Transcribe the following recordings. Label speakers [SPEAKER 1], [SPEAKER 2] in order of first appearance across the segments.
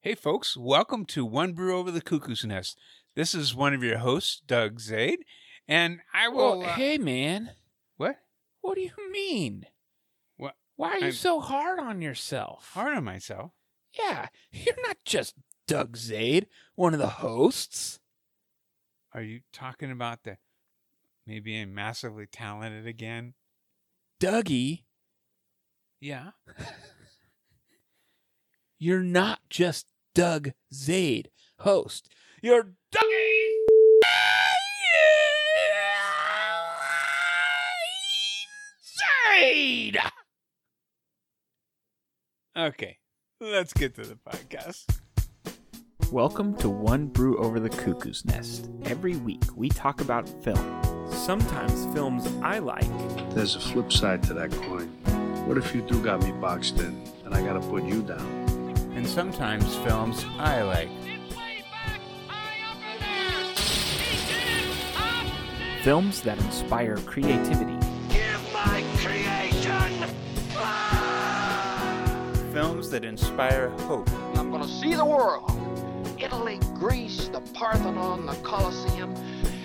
[SPEAKER 1] Hey, folks, welcome to One Brew Over the Cuckoo's Nest. This is one of your hosts, Doug Zaid, and I will.
[SPEAKER 2] Well,
[SPEAKER 1] uh,
[SPEAKER 2] hey, man.
[SPEAKER 1] What?
[SPEAKER 2] What do you mean?
[SPEAKER 1] What-
[SPEAKER 2] Why are you
[SPEAKER 1] I'm-
[SPEAKER 2] so hard on yourself?
[SPEAKER 1] Hard on myself.
[SPEAKER 2] Yeah, you're not just Doug Zaid, one of the hosts.
[SPEAKER 1] Are you talking about the me being massively talented again?
[SPEAKER 2] Dougie,
[SPEAKER 1] Yeah.
[SPEAKER 2] you're not just Doug Zaid, host. You're Dougie. Zaid.
[SPEAKER 1] Okay. Let's get to the podcast.
[SPEAKER 3] Welcome to One Brew Over the Cuckoo's Nest. Every week we talk about film.
[SPEAKER 4] Sometimes films I like.
[SPEAKER 5] There's a flip side to that coin. What if you do got me boxed in and I gotta put you down?
[SPEAKER 1] And sometimes films I like.
[SPEAKER 3] Films that inspire creativity.
[SPEAKER 6] Films that inspire hope.
[SPEAKER 7] I'm going to see the world. Italy, Greece, the Parthenon, the Colosseum,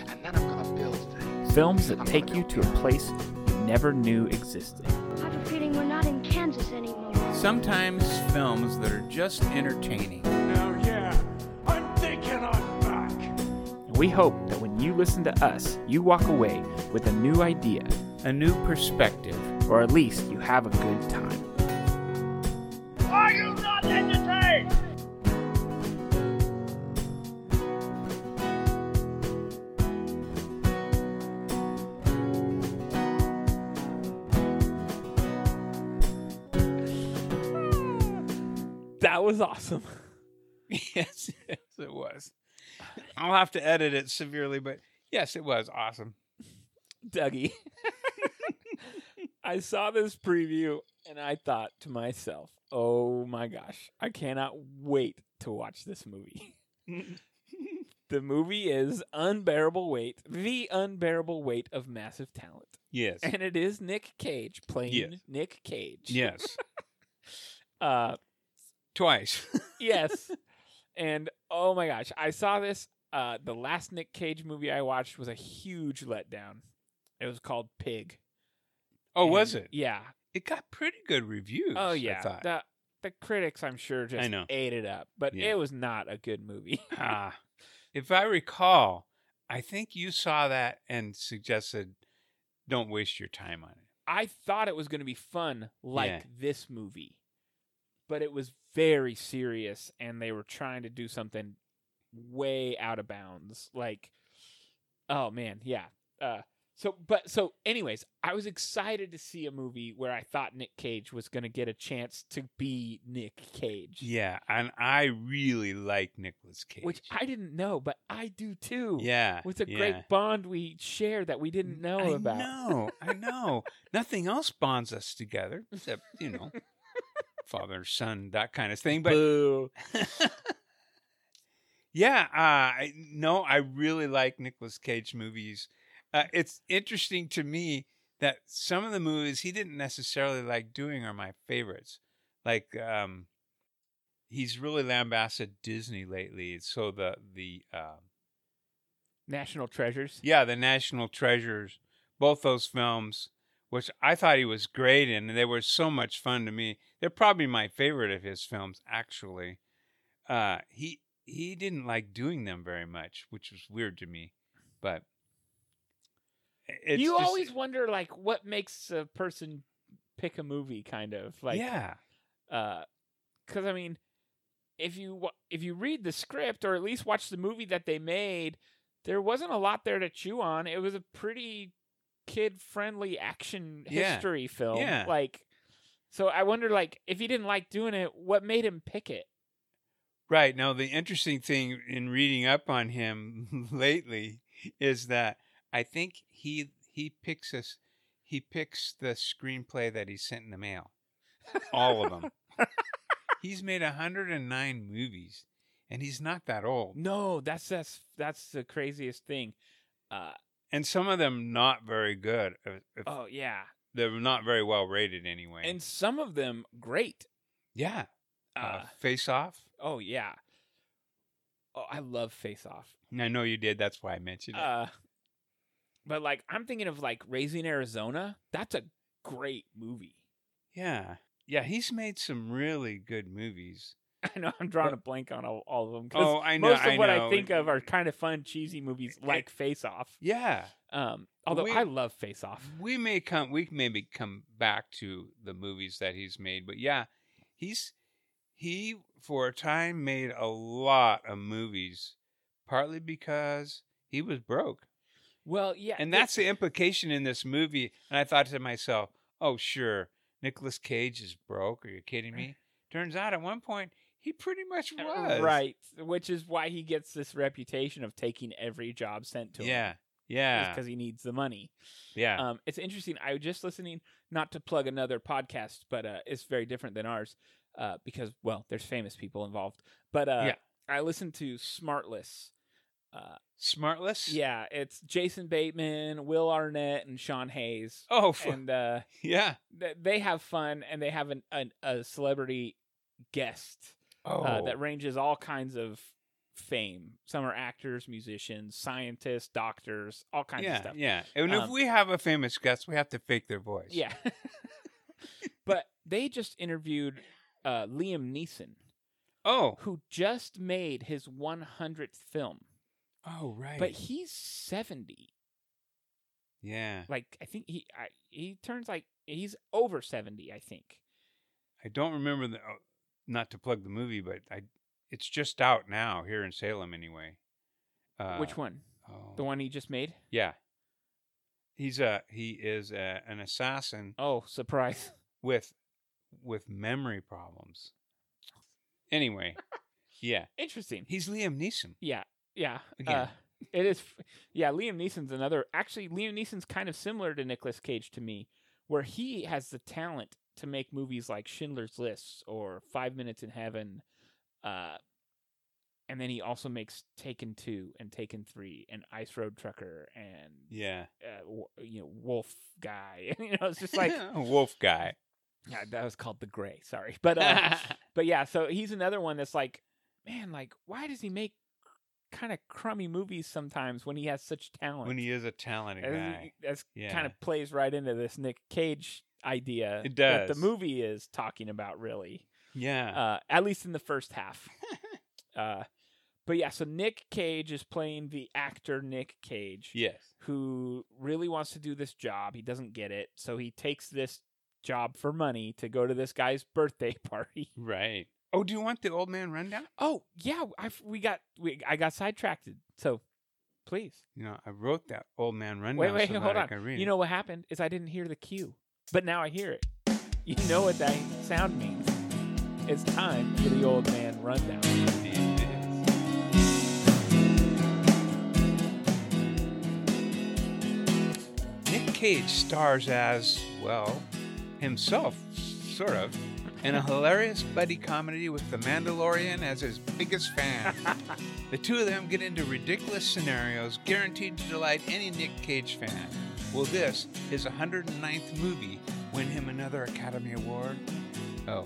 [SPEAKER 7] and then I'm going to build things.
[SPEAKER 3] Films that
[SPEAKER 7] I'm
[SPEAKER 3] take
[SPEAKER 7] gonna
[SPEAKER 3] you
[SPEAKER 7] build
[SPEAKER 3] to a place you never knew existed.
[SPEAKER 8] I have a feeling we're not in Kansas anymore.
[SPEAKER 1] Sometimes films that are just entertaining.
[SPEAKER 3] And we hope that when you listen to us, you walk away with a new idea,
[SPEAKER 1] A new perspective.
[SPEAKER 3] or at least you have a good time.
[SPEAKER 2] That was awesome.
[SPEAKER 1] yes, yes, it was. I'll have to edit it severely, but yes, it was awesome.
[SPEAKER 2] Dougie. I saw this preview and I thought to myself, oh my gosh, I cannot wait to watch this movie. the movie is Unbearable Weight, The Unbearable Weight of Massive Talent.
[SPEAKER 1] Yes.
[SPEAKER 2] And it is Nick Cage playing
[SPEAKER 1] Yes.
[SPEAKER 2] Nick Cage.
[SPEAKER 1] yes.
[SPEAKER 2] Uh,
[SPEAKER 1] Twice.
[SPEAKER 2] yes. and oh my gosh, I saw this. Uh, the last Nick Cage movie I watched was a huge letdown. It was called Pig.
[SPEAKER 1] Oh, was
[SPEAKER 2] And-
[SPEAKER 1] it?
[SPEAKER 2] Yeah.
[SPEAKER 1] It got pretty good reviews.
[SPEAKER 2] Oh
[SPEAKER 1] I
[SPEAKER 2] yeah,
[SPEAKER 1] thought.
[SPEAKER 2] the the critics I'm sure just
[SPEAKER 1] I know.
[SPEAKER 2] ate it up, but
[SPEAKER 1] Yeah.
[SPEAKER 2] it was not a good movie.
[SPEAKER 1] Ah, if I recall, I think you saw that and suggested don't waste your time on it.
[SPEAKER 2] I thought it was going to be fun like
[SPEAKER 1] Yeah.
[SPEAKER 2] this movie, but it was very serious, and they were trying to do something way out of bounds. Like, oh man, yeah. Uh, so, but so, anyways, I was excited to see a movie where I thought Nick Cage was going to get a chance to be Nick Cage,
[SPEAKER 1] Yeah, and I really like Nicolas Cage.
[SPEAKER 2] which I didn't know, but I do too.
[SPEAKER 1] yeah,
[SPEAKER 2] It's a
[SPEAKER 1] yeah.
[SPEAKER 2] great bond we share that we didn't know
[SPEAKER 1] I
[SPEAKER 2] about.
[SPEAKER 1] know, I know. Nothing else bonds us together except you know, father son, that kind of thing. But
[SPEAKER 2] Boo.
[SPEAKER 1] yeah, uh, I, no, I really like Nicolas Cage movies. Uh, it's interesting to me that some of the movies he didn't necessarily like doing are my favorites. Like, um, he's really lambasted Disney lately. So the the um
[SPEAKER 2] National Treasures.
[SPEAKER 1] yeah, the National Treasures, both those films, which I thought he was great in, and they were so much fun to me. They're probably my favorite of his films, actually. Uh, he he didn't like doing them very much, which was weird to me, but eh, it's
[SPEAKER 2] you
[SPEAKER 1] just-
[SPEAKER 2] always wonder like what makes a person pick a movie kind of like
[SPEAKER 1] yeah,
[SPEAKER 2] because I mean, if you wa- if you read the script or at least watch the movie that they made, there wasn't a lot there to chew on. It was a pretty kid friendly action
[SPEAKER 1] Yeah.
[SPEAKER 2] history film.
[SPEAKER 1] Yeah.
[SPEAKER 2] Like, so I wonder like if he didn't like doing it, what made him pick it?
[SPEAKER 1] Right. Now, the interesting thing in reading up on him lately is that I think he he picks us he picks the screenplay that he sent in the mail. All of them. he's made 109 movies and he's not that old.
[SPEAKER 2] No, that's that's that's the craziest thing. Uh,
[SPEAKER 1] And some of them not very good. if- if-
[SPEAKER 2] oh yeah,
[SPEAKER 1] They're not very well rated anyway.
[SPEAKER 2] and some of them great.
[SPEAKER 1] yeah. Uh,
[SPEAKER 2] Uh,
[SPEAKER 1] face off.
[SPEAKER 2] Oh yeah. Oh, I love Face Off.
[SPEAKER 1] And I know you did. That's why I mentioned it.
[SPEAKER 2] Uh, but like I'm thinking of like Raising Arizona. That's a great movie.
[SPEAKER 1] yeah. Yeah. He's made some really good movies.
[SPEAKER 2] I know I'm drawing a blank on all, all of them. 'cause
[SPEAKER 1] Oh, I know,
[SPEAKER 2] Most of
[SPEAKER 1] I
[SPEAKER 2] what I
[SPEAKER 1] know.
[SPEAKER 2] think of are kind of fun, cheesy movies like Face Off.
[SPEAKER 1] Yeah.
[SPEAKER 2] Um, although
[SPEAKER 1] We- Mm-hmm.
[SPEAKER 2] I love Face Off.
[SPEAKER 1] Uh, We may come. We maybe come back to the movies that he's made. But yeah, he's he for a time made a lot of movies, partly because he was broke.
[SPEAKER 2] Well, yeah,
[SPEAKER 1] And
[SPEAKER 2] it-
[SPEAKER 1] that's the implication in this movie. And I thought to myself, oh, sure, Nicolas Cage is broke. Are you kidding me? Turns out at one point, he pretty much was.
[SPEAKER 2] Uh, right, which is why he gets this reputation of taking every job sent to him.
[SPEAKER 1] Yeah. Yeah.
[SPEAKER 2] because he needs the money.
[SPEAKER 1] Yeah.
[SPEAKER 2] Um, it's interesting. I was just listening, not to plug another podcast, but uh, it's very different than ours uh, because, well, there's famous people involved. But uh,
[SPEAKER 1] Yeah.
[SPEAKER 2] I listened to Smartless. Uh,
[SPEAKER 1] Smartless?
[SPEAKER 2] yeah, it's Jason Bateman, Will Arnett, and Sean Hayes.
[SPEAKER 1] Oh, fu-
[SPEAKER 2] And uh,
[SPEAKER 1] yeah.
[SPEAKER 2] th- they have fun and they have an, an, a celebrity guest
[SPEAKER 1] Oh,
[SPEAKER 2] uh, that ranges all kinds of fame. Some are actors, musicians, scientists, doctors, all kinds
[SPEAKER 1] yeah.
[SPEAKER 2] of stuff.
[SPEAKER 1] Yeah. And if
[SPEAKER 2] Um,
[SPEAKER 1] we have a famous guest, we have to fake their voice.
[SPEAKER 2] Yeah. but they just interviewed uh, Liam Neeson,
[SPEAKER 1] Oh.
[SPEAKER 2] who just made his 100th film,
[SPEAKER 1] Oh, right.
[SPEAKER 2] but he's 70.
[SPEAKER 1] yeah.
[SPEAKER 2] Like I think he I, he turns like he's over 70, I think.
[SPEAKER 1] I don't remember the. Oh, not to plug the movie, but I. It's just out now here in Salem, anyway. Uh,
[SPEAKER 2] Which one?
[SPEAKER 1] Oh.
[SPEAKER 2] The one he just made?
[SPEAKER 1] Yeah. He's a he is a, an assassin
[SPEAKER 2] Oh, surprise.
[SPEAKER 1] with with memory problems. Anyway, yeah.
[SPEAKER 2] Interesting.
[SPEAKER 1] He's Liam Neeson.
[SPEAKER 2] Yeah. Yeah.
[SPEAKER 1] Again.
[SPEAKER 2] Uh, it is f- yeah, Liam Neeson's another actually Liam Neeson's kind of similar to Nicolas Cage to me, where he has the talent to make movies like Schindler's List or Five Minutes in Heaven, uh and then he also makes Taken Two and Taken Three and Ice Road Trucker and
[SPEAKER 1] Yeah.
[SPEAKER 2] uh, w- you know Wolf Guy. you know, it's just like
[SPEAKER 1] a wolf guy.
[SPEAKER 2] yeah, that was called The Gray. Sorry, but uh, but yeah, so he's another one that's like, man, like why does he make kind of crummy movies sometimes when he has such talent?
[SPEAKER 1] when he is a talented
[SPEAKER 2] And
[SPEAKER 1] guy.
[SPEAKER 2] that's
[SPEAKER 1] Yeah.
[SPEAKER 2] um, kind of plays right into this Nick Cage idea.
[SPEAKER 1] It
[SPEAKER 2] that
[SPEAKER 1] does.
[SPEAKER 2] the movie is talking about really,
[SPEAKER 1] Yeah.
[SPEAKER 2] uh, at least in the first half. uh, but yeah, so Nick Cage is playing the actor Nick Cage
[SPEAKER 1] yes.
[SPEAKER 2] who really wants to do this job. He doesn't get it. So he takes this job for money to go to this guy's birthday party.
[SPEAKER 1] Right. Oh, do you want the old man rundown?
[SPEAKER 2] Oh, yeah, I we got we I got sidetracked. So please.
[SPEAKER 1] You know, I wrote that old man rundown.
[SPEAKER 2] Wait, wait,
[SPEAKER 1] so that
[SPEAKER 2] hold
[SPEAKER 1] I
[SPEAKER 2] on.
[SPEAKER 1] could read
[SPEAKER 2] You
[SPEAKER 1] it.
[SPEAKER 2] know what happened is I didn't hear the cue. But now I hear it. You know what that sound means. It's time for the old man rundown.
[SPEAKER 1] Nick Cage stars as, well, himself, sort of, in a hilarious buddy comedy with The Mandalorian as his biggest fan. the two of them get into ridiculous scenarios guaranteed to delight any Nick Cage fan. Will this, his 109th movie, win him another Academy Award? Oh,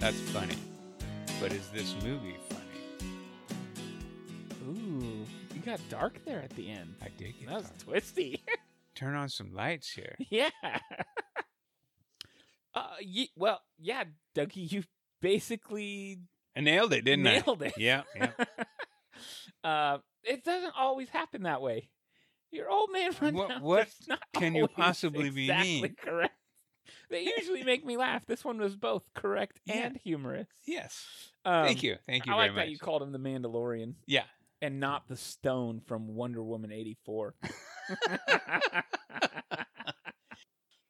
[SPEAKER 1] that's funny. But is this movie funny?
[SPEAKER 2] Ooh, you got dark there at the end.
[SPEAKER 1] I dig it.
[SPEAKER 2] That was twisty.
[SPEAKER 1] Turn on some lights here.
[SPEAKER 2] Yeah. uh, ye- well, yeah, Dougie, you basically
[SPEAKER 1] I nailed it, didn't
[SPEAKER 2] nailed
[SPEAKER 1] I?
[SPEAKER 2] it.
[SPEAKER 1] Yeah, yeah.
[SPEAKER 2] uh, it doesn't always happen that way. Your old man run
[SPEAKER 1] What-
[SPEAKER 2] down
[SPEAKER 1] what
[SPEAKER 2] does not
[SPEAKER 1] can you
[SPEAKER 2] always
[SPEAKER 1] possibly be
[SPEAKER 2] exactly
[SPEAKER 1] mean?
[SPEAKER 2] correct. They usually make me laugh. This one was both correct
[SPEAKER 1] Yeah.
[SPEAKER 2] and humorous.
[SPEAKER 1] Yes.
[SPEAKER 2] Um,
[SPEAKER 1] Thank you. Thank you
[SPEAKER 2] I
[SPEAKER 1] very
[SPEAKER 2] like
[SPEAKER 1] much.
[SPEAKER 2] that you called him the Mandalorian
[SPEAKER 1] yeah.
[SPEAKER 2] and not the Stone from Wonder Woman eighty four.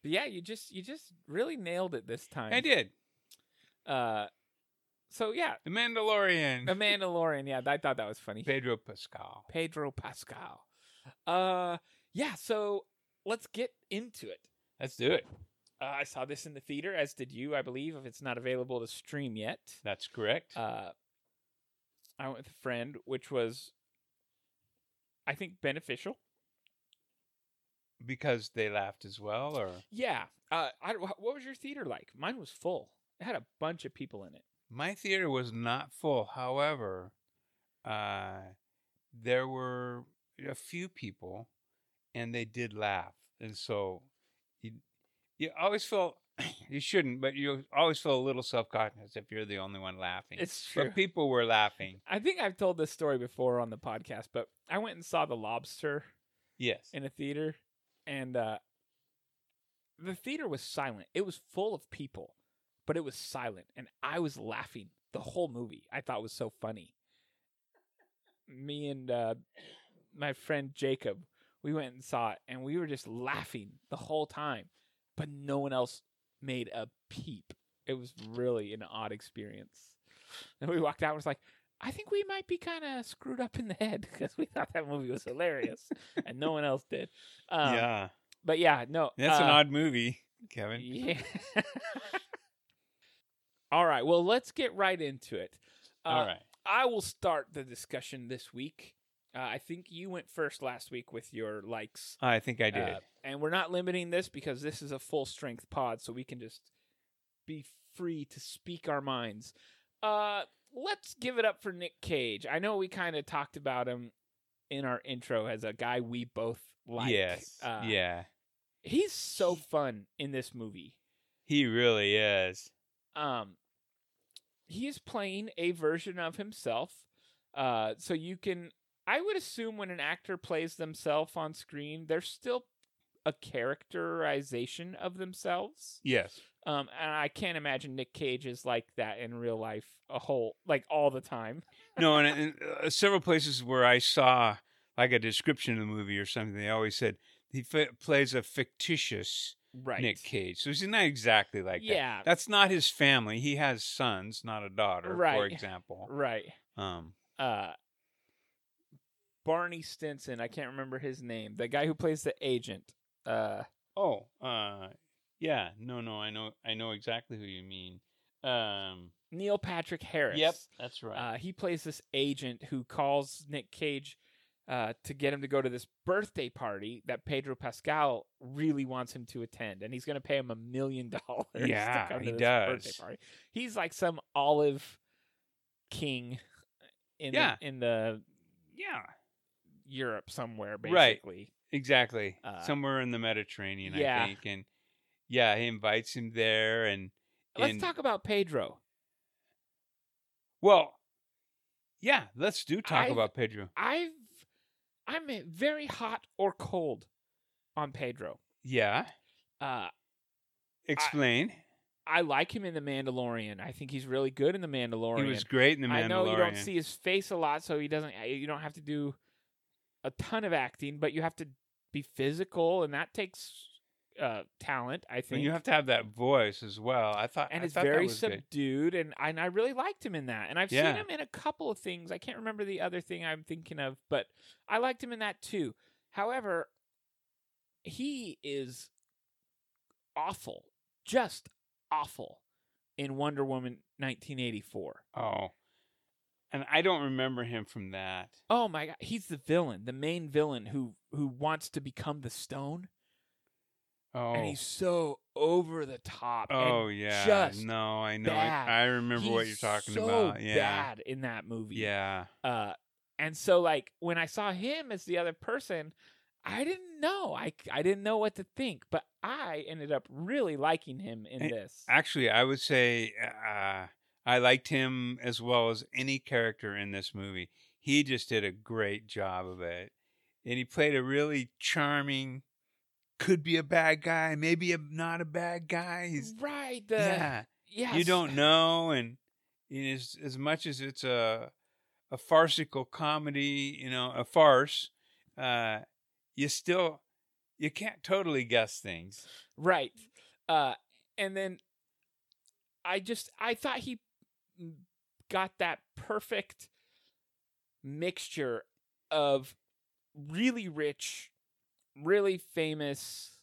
[SPEAKER 2] But yeah, you just you just really nailed it this time.
[SPEAKER 1] I did.
[SPEAKER 2] Uh, so yeah,
[SPEAKER 1] The Mandalorian.
[SPEAKER 2] The Mandalorian. Yeah, I thought that was funny.
[SPEAKER 1] Pedro Pascal.
[SPEAKER 2] Pedro Pascal. Uh, yeah. So let's get into it.
[SPEAKER 1] Let's do it.
[SPEAKER 2] Uh, I saw this in the theater, as did you, I believe. If it's not available to stream yet,
[SPEAKER 1] That's correct.
[SPEAKER 2] uh, I went with a friend, which was, I think, beneficial.
[SPEAKER 1] because they laughed as well, or
[SPEAKER 2] Yeah. Uh, I, what was your theater like? Mine was full. It had a bunch of people in it.
[SPEAKER 1] My theater was not full. However, uh, there were a few people, and they did laugh. And so, you you always feel you shouldn't, but you always feel a little self conscious if you're the only one laughing.
[SPEAKER 2] It's true.
[SPEAKER 1] But people were laughing.
[SPEAKER 2] I think I've told this story before on the podcast, but I went and saw The Lobster
[SPEAKER 1] Yes.
[SPEAKER 2] in a theater, and uh, the theater was silent. It was full of people, but it was silent, and I was laughing the whole movie. I thought it was so funny. Me and uh, my friend Jacob, we went and saw it, and we were just laughing the whole time, but no one else made a peep. It was really an odd experience. And we walked out and was like, I think we might be kind of screwed up in the head because we thought that movie was hilarious and no one else did. Um,
[SPEAKER 1] yeah.
[SPEAKER 2] But yeah, no.
[SPEAKER 1] That's an
[SPEAKER 2] uh,
[SPEAKER 1] odd movie, Kevin.
[SPEAKER 2] Yeah. All right. Well, let's get right into it. Uh,
[SPEAKER 1] All right.
[SPEAKER 2] I will start the discussion this week. Uh, I think you went first last week with your likes.
[SPEAKER 1] I think I did.
[SPEAKER 2] Uh, and we're not limiting this because this is a full strength pod, so we can just be free to speak our minds. Uh, let's give it up for Nick Cage. I know we kind of talked about him in our intro as a guy we both like.
[SPEAKER 1] yes.
[SPEAKER 2] Uh,
[SPEAKER 1] yeah.
[SPEAKER 2] He's so fun in this movie.
[SPEAKER 1] He really is.
[SPEAKER 2] Um, he is playing a version of himself. Uh, so you can, I would assume when an actor plays themselves on screen, there's still a characterization of themselves.
[SPEAKER 1] Yes.
[SPEAKER 2] Um, and I can't imagine Nick Cage is like that in real life a whole, like all the time.
[SPEAKER 1] no, and, and uh, several places where I saw like a description of the movie or something, they always said he f- plays a fictitious
[SPEAKER 2] Right.
[SPEAKER 1] Nick Cage. So he's not exactly like that.
[SPEAKER 2] Yeah.
[SPEAKER 1] That's not his family. He has sons, not a daughter, for
[SPEAKER 2] Right.
[SPEAKER 1] example.
[SPEAKER 2] Right.
[SPEAKER 1] Um,
[SPEAKER 2] Uh, Barney Stinson. I can't remember his name. The guy who plays the agent. Uh,
[SPEAKER 1] oh, uh, yeah, no, no, I know, I know exactly who you mean. Um,
[SPEAKER 2] Neil Patrick Harris.
[SPEAKER 1] yep, that's right.
[SPEAKER 2] Uh, he plays this agent who calls Nick Cage uh, to get him to go to this birthday party that Pedro Pascal really wants him to attend, and he's going to pay him a million dollars. to
[SPEAKER 1] Yeah,
[SPEAKER 2] come to
[SPEAKER 1] he
[SPEAKER 2] this
[SPEAKER 1] does.
[SPEAKER 2] Birthday party. He's like some olive king in
[SPEAKER 1] Yeah.
[SPEAKER 2] the, in the
[SPEAKER 1] yeah,
[SPEAKER 2] Europe somewhere,
[SPEAKER 1] Right.
[SPEAKER 2] basically.
[SPEAKER 1] exactly.
[SPEAKER 2] uh,
[SPEAKER 1] Somewhere in the Mediterranean,
[SPEAKER 2] yeah.
[SPEAKER 1] I think, and yeah, he invites him there, and
[SPEAKER 2] Let's
[SPEAKER 1] and-
[SPEAKER 2] talk about Pedro.
[SPEAKER 1] Well, yeah, let's do talk
[SPEAKER 2] I've-
[SPEAKER 1] about Pedro.
[SPEAKER 2] I've I'm very hot or cold on Pedro.
[SPEAKER 1] Yeah,
[SPEAKER 2] Uh,
[SPEAKER 1] explain.
[SPEAKER 2] I like him in The Mandalorian. I think he's really good in The Mandalorian.
[SPEAKER 1] he was great in the Mandalorian.
[SPEAKER 2] I know you don't see his face a lot, so he doesn't. uh, You don't have to do a ton of acting, but you have to be physical, and that takes uh, talent. I
[SPEAKER 1] And
[SPEAKER 2] think
[SPEAKER 1] you have to have that voice as well. I thought,
[SPEAKER 2] and
[SPEAKER 1] I
[SPEAKER 2] it's
[SPEAKER 1] thought that
[SPEAKER 2] very
[SPEAKER 1] was good.
[SPEAKER 2] subdued, and I- and I really liked him in that. And I've
[SPEAKER 1] Yeah.
[SPEAKER 2] seen him in a couple of things. I can't remember the other thing I'm thinking of, but I liked him in that too. However, he is awful, just awful in Wonder Woman 1984.
[SPEAKER 1] Oh, and I don't remember him from that.
[SPEAKER 2] Oh my god, he's the villain, the main villain who who wants to become the stone,
[SPEAKER 1] Oh,
[SPEAKER 2] and he's so over the top. and
[SPEAKER 1] oh yeah.
[SPEAKER 2] just
[SPEAKER 1] no, I know.
[SPEAKER 2] bad.
[SPEAKER 1] I, I remember what you're
[SPEAKER 2] he's
[SPEAKER 1] talking
[SPEAKER 2] so
[SPEAKER 1] about. Yeah,
[SPEAKER 2] bad in that movie.
[SPEAKER 1] yeah,
[SPEAKER 2] Uh, and so like when I saw him as the other person, I didn't know. I I didn't know what to think, but I ended up really liking him in
[SPEAKER 1] And
[SPEAKER 2] this.
[SPEAKER 1] Actually, I would say uh, I liked him as well as any character in this movie. He just did a great job of it. And he played a really charming, could be a bad guy, maybe a, not a bad guy. He's,
[SPEAKER 2] right. The,
[SPEAKER 1] yeah.
[SPEAKER 2] Mm, Yes.
[SPEAKER 1] You don't know. And, and as, as much as it's a, a farcical comedy, you know, a farce, uh, you still, you can't totally guess things.
[SPEAKER 2] Right. Uh, and then I just I thought he m- got that perfect mixture of really rich, really famous,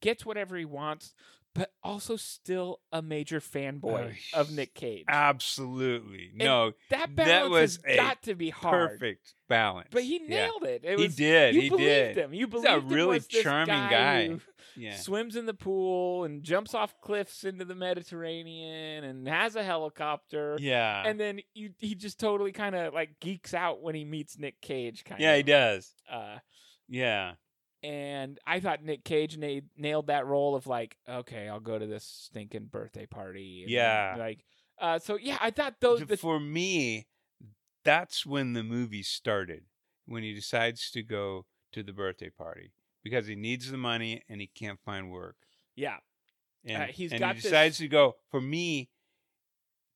[SPEAKER 2] gets whatever he wants, but also still a major fanboy
[SPEAKER 1] Oh,
[SPEAKER 2] of Nick Cage.
[SPEAKER 1] Absolutely.
[SPEAKER 2] And
[SPEAKER 1] no,
[SPEAKER 2] that
[SPEAKER 1] that
[SPEAKER 2] balance
[SPEAKER 1] was
[SPEAKER 2] has
[SPEAKER 1] a
[SPEAKER 2] got to be hard.
[SPEAKER 1] perfect balance.
[SPEAKER 2] But he
[SPEAKER 1] Yeah.
[SPEAKER 2] nailed it. It
[SPEAKER 1] He
[SPEAKER 2] was-
[SPEAKER 1] did,
[SPEAKER 2] You
[SPEAKER 1] he
[SPEAKER 2] believed
[SPEAKER 1] did.
[SPEAKER 2] him. You
[SPEAKER 1] He's
[SPEAKER 2] believed
[SPEAKER 1] a
[SPEAKER 2] him
[SPEAKER 1] really
[SPEAKER 2] was this
[SPEAKER 1] charming
[SPEAKER 2] guy.
[SPEAKER 1] guy.
[SPEAKER 2] who
[SPEAKER 1] Yeah.
[SPEAKER 2] Swims in the pool and jumps off cliffs into the Mediterranean and has a helicopter.
[SPEAKER 1] Yeah.
[SPEAKER 2] And then you, he just totally kind of like geeks out when he meets Nick Cage. Kind
[SPEAKER 1] yeah,
[SPEAKER 2] of.
[SPEAKER 1] he does.
[SPEAKER 2] Uh,
[SPEAKER 1] Yeah.
[SPEAKER 2] and I thought Nick Cage na- nailed that role of like, okay, I'll go to this stinking birthday party. and,
[SPEAKER 1] Yeah.
[SPEAKER 2] like, uh, so yeah, I thought those.
[SPEAKER 1] Th-
[SPEAKER 2] The,
[SPEAKER 1] for me, that's when the movie started. When he decides to go to the birthday party because he needs the money and he can't find work.
[SPEAKER 2] yeah,
[SPEAKER 1] And,
[SPEAKER 2] Uh, he's
[SPEAKER 1] and
[SPEAKER 2] got
[SPEAKER 1] he
[SPEAKER 2] this-
[SPEAKER 1] decides to go. For me,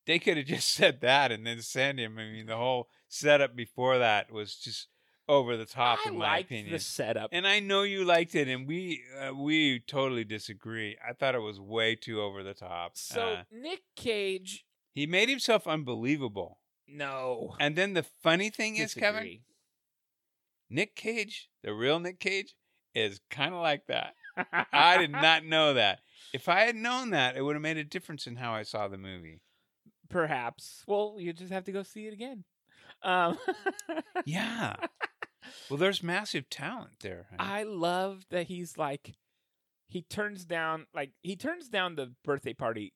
[SPEAKER 1] they could have just said that and then sent him. I mean, the whole setup before that was just over the top,
[SPEAKER 2] I
[SPEAKER 1] in my
[SPEAKER 2] liked
[SPEAKER 1] opinion.
[SPEAKER 2] the setup.
[SPEAKER 1] and I know you liked it, and we uh, we totally disagree. I thought it was way too over the top.
[SPEAKER 2] so
[SPEAKER 1] Uh,
[SPEAKER 2] Nick Cage,
[SPEAKER 1] he made himself unbelievable.
[SPEAKER 2] no,
[SPEAKER 1] And then the funny thing is, Kevin,
[SPEAKER 2] Disagree.
[SPEAKER 1] Nick Cage, the real Nick Cage, is kind of like that. I did not know that. If I had known that, it would have made a difference in how I saw the movie.
[SPEAKER 2] Perhaps. Well, you just have to go see it again. Um,
[SPEAKER 1] Yeah. Well, there's massive talent there. honey.
[SPEAKER 2] I love that he's like he turns down like he turns down the birthday party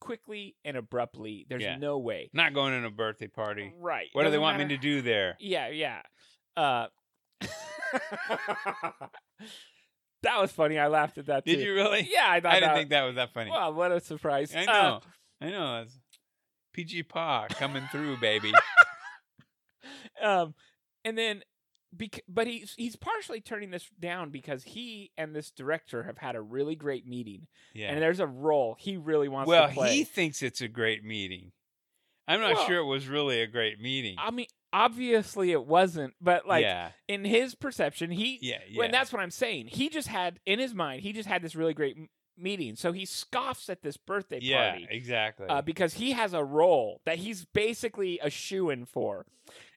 [SPEAKER 2] quickly and abruptly. There's
[SPEAKER 1] Yeah.
[SPEAKER 2] no way.
[SPEAKER 1] not going to a birthday party.
[SPEAKER 2] Right.
[SPEAKER 1] What do they
[SPEAKER 2] Oh, Doesn't
[SPEAKER 1] want me
[SPEAKER 2] matter
[SPEAKER 1] to do there?
[SPEAKER 2] Yeah, yeah. Uh, that was funny. I laughed at that.
[SPEAKER 1] Did
[SPEAKER 2] too.
[SPEAKER 1] you really?
[SPEAKER 2] Yeah, I thought
[SPEAKER 1] I didn't
[SPEAKER 2] that-
[SPEAKER 1] think that was that funny.
[SPEAKER 2] Wow, what a surprise!
[SPEAKER 1] I
[SPEAKER 2] Uh,
[SPEAKER 1] know. I know. That's PG Pa coming through, baby.
[SPEAKER 2] um, and then, bec- but he's he's partially turning this down because he and this director have had a really great meeting, and
[SPEAKER 1] Yeah.
[SPEAKER 2] there's a role he really wants
[SPEAKER 1] Well,
[SPEAKER 2] to play.
[SPEAKER 1] he thinks it's a great meeting. I'm not
[SPEAKER 2] Well-
[SPEAKER 1] sure it was really a great meeting.
[SPEAKER 2] I mean, obviously it wasn't, but like
[SPEAKER 1] yeah,
[SPEAKER 2] in his perception, he
[SPEAKER 1] yeah, yeah.
[SPEAKER 2] Well, and that's what I'm saying. He just had in his mind, he just had this really great m- meeting. So he scoffs at this birthday
[SPEAKER 1] yeah,
[SPEAKER 2] party
[SPEAKER 1] exactly.
[SPEAKER 2] uh, because he has a role that he's basically a shoe in for.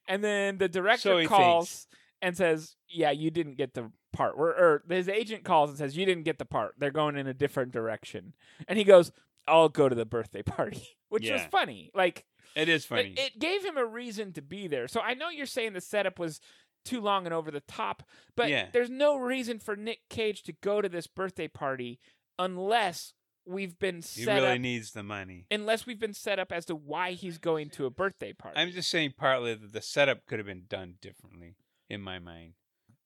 [SPEAKER 2] And then the director
[SPEAKER 1] he
[SPEAKER 2] calls and says, "Yeah, you didn't get the part." Or, or his agent calls and says, "You didn't get the part. They're going in a different direction." And he goes, "I'll go to the birthday party," which was
[SPEAKER 1] Yeah.
[SPEAKER 2] funny. Like
[SPEAKER 1] it is funny.
[SPEAKER 2] it, it gave him a reason to be there. So I know you're saying the setup was too long and over the top, but
[SPEAKER 1] Yeah.
[SPEAKER 2] there's no reason for Nick Cage to go to this birthday party unless we've been
[SPEAKER 1] he
[SPEAKER 2] set
[SPEAKER 1] really
[SPEAKER 2] up
[SPEAKER 1] needs the money.
[SPEAKER 2] unless we've been set up as to why he's going to a birthday party.
[SPEAKER 1] I'm just saying partly that the setup could have been done differently in my mind,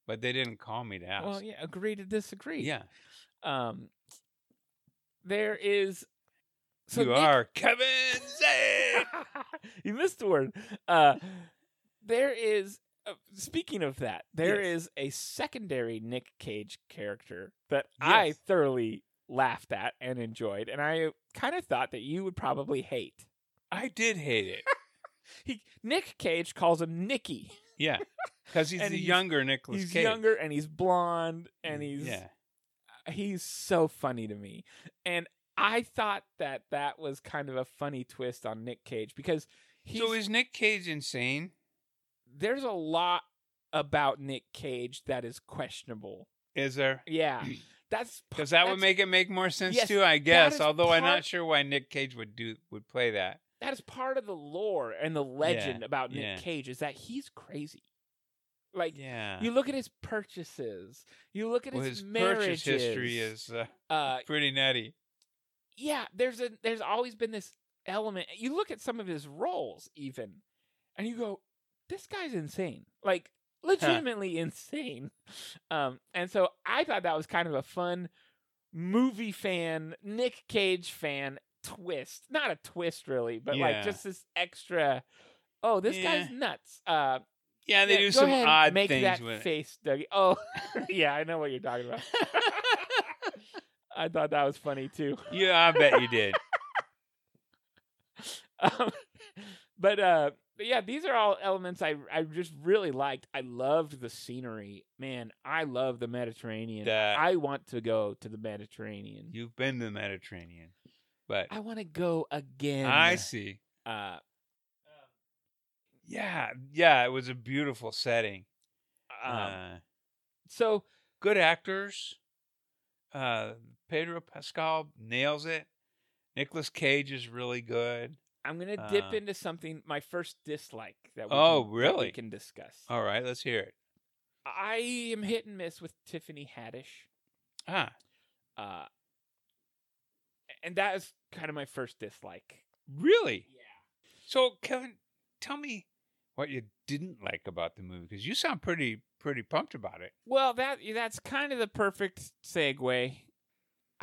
[SPEAKER 1] but they didn't call me to ask.
[SPEAKER 2] well, yeah, agree to disagree.
[SPEAKER 1] Yeah,
[SPEAKER 2] Um there is so
[SPEAKER 1] you
[SPEAKER 2] Nick-
[SPEAKER 1] are Kevin Zane.
[SPEAKER 2] you missed the word. Uh, there is, uh, speaking of that, there is a secondary Nick Cage character that I
[SPEAKER 1] Yes.
[SPEAKER 2] thoroughly laughed at and enjoyed, and I kind of thought that you would probably hate.
[SPEAKER 1] I did hate it.
[SPEAKER 2] He, Nick Cage calls him Nicky.
[SPEAKER 1] Yeah, because he's
[SPEAKER 2] And
[SPEAKER 1] the
[SPEAKER 2] he's-
[SPEAKER 1] younger Nicholas
[SPEAKER 2] he's
[SPEAKER 1] Cage. Mm,
[SPEAKER 2] younger and he's blonde and he's
[SPEAKER 1] yeah,
[SPEAKER 2] he's so funny to me. And I thought that that was kind of a funny twist on Nick Cage because he's
[SPEAKER 1] so is Nick Cage insane?
[SPEAKER 2] there's a lot about Nick Cage that is questionable.
[SPEAKER 1] Is there?
[SPEAKER 2] Yeah, that's p-
[SPEAKER 1] Because that would
[SPEAKER 2] that's-
[SPEAKER 1] make it make more sense
[SPEAKER 2] Yes,
[SPEAKER 1] too, I
[SPEAKER 2] is
[SPEAKER 1] guess. Although I'm
[SPEAKER 2] part-
[SPEAKER 1] not sure why Nick Cage would do would play that.
[SPEAKER 2] that is part of the lore and the legend about Nick
[SPEAKER 1] yeah.
[SPEAKER 2] Cage is that he's crazy. Like
[SPEAKER 1] Yeah,
[SPEAKER 2] you look at his purchases, you look at
[SPEAKER 1] well,
[SPEAKER 2] his,
[SPEAKER 1] his purchase
[SPEAKER 2] marriages.
[SPEAKER 1] history is uh,
[SPEAKER 2] uh,
[SPEAKER 1] pretty nutty.
[SPEAKER 2] yeah. There's a there's always been this element. You look at some of his roles even, and you go, this guy's insane. Like legitimately insane. Um, and so I thought that was kind of a fun movie fan, Nick Cage fan twist. Not a twist really, but like
[SPEAKER 1] Yeah.
[SPEAKER 2] just this extra oh, this guy's
[SPEAKER 1] Yeah.
[SPEAKER 2] nuts. Uh
[SPEAKER 1] Yeah, they
[SPEAKER 2] yeah,
[SPEAKER 1] do
[SPEAKER 2] go
[SPEAKER 1] some
[SPEAKER 2] ahead and
[SPEAKER 1] odd
[SPEAKER 2] make
[SPEAKER 1] things
[SPEAKER 2] that
[SPEAKER 1] with it.
[SPEAKER 2] face, Dougie. Oh yeah, I know what you're talking about. I thought that was funny too.
[SPEAKER 1] Yeah, I bet you did.
[SPEAKER 2] Um, but uh but yeah these are all elements i i just really liked i loved the scenery man i love the mediterranean
[SPEAKER 1] That-
[SPEAKER 2] i want to go to the mediterranean
[SPEAKER 1] You've been to the Mediterranean, but
[SPEAKER 2] i want to go again
[SPEAKER 1] I see.
[SPEAKER 2] uh
[SPEAKER 1] Yeah, yeah, it was a beautiful setting.
[SPEAKER 2] um,
[SPEAKER 1] uh,
[SPEAKER 2] so
[SPEAKER 1] good actors. uh, Pedro Pascal nails it. Nicolas Cage is really good.
[SPEAKER 2] I'm gonna dip
[SPEAKER 1] Uh,
[SPEAKER 2] into something. My first dislike that we
[SPEAKER 1] Oh,
[SPEAKER 2] can, that
[SPEAKER 1] really? Uh
[SPEAKER 2] we can discuss.
[SPEAKER 1] All right, let's hear it.
[SPEAKER 2] I am hit and miss with Tiffany Haddish,
[SPEAKER 1] Ah,
[SPEAKER 2] uh, and that is kind of my first dislike.
[SPEAKER 1] really?
[SPEAKER 2] Yeah.
[SPEAKER 1] So, Kevin, tell me what you didn't like about the movie because you sound pretty pretty pumped about it.
[SPEAKER 2] Well, that that's kind of the perfect segue.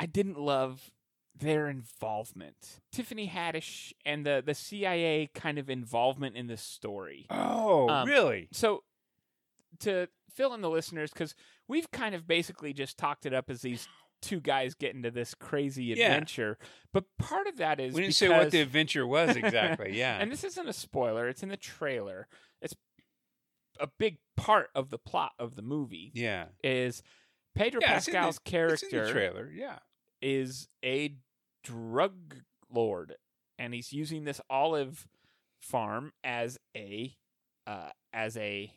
[SPEAKER 2] I didn't love their involvement. Tiffany Haddish and the the CIA kind of involvement in this story.
[SPEAKER 1] Oh,
[SPEAKER 2] Um,
[SPEAKER 1] really?
[SPEAKER 2] So to fill in the listeners cuz we've kind of basically just talked it up as these two guys get into this crazy
[SPEAKER 1] Yeah.
[SPEAKER 2] adventure. But part of that is
[SPEAKER 1] We didn't say what
[SPEAKER 2] because-
[SPEAKER 1] the adventure was exactly. Yeah.
[SPEAKER 2] and this isn't a spoiler, it's in the trailer. It's a big part of the plot of the movie
[SPEAKER 1] yeah.
[SPEAKER 2] is Pedro
[SPEAKER 1] Yeah, it's in the-
[SPEAKER 2] Pascal's
[SPEAKER 1] It's in the
[SPEAKER 2] character
[SPEAKER 1] trailer. Yeah.
[SPEAKER 2] is a drug lord, and he's using this olive farm as a uh, as a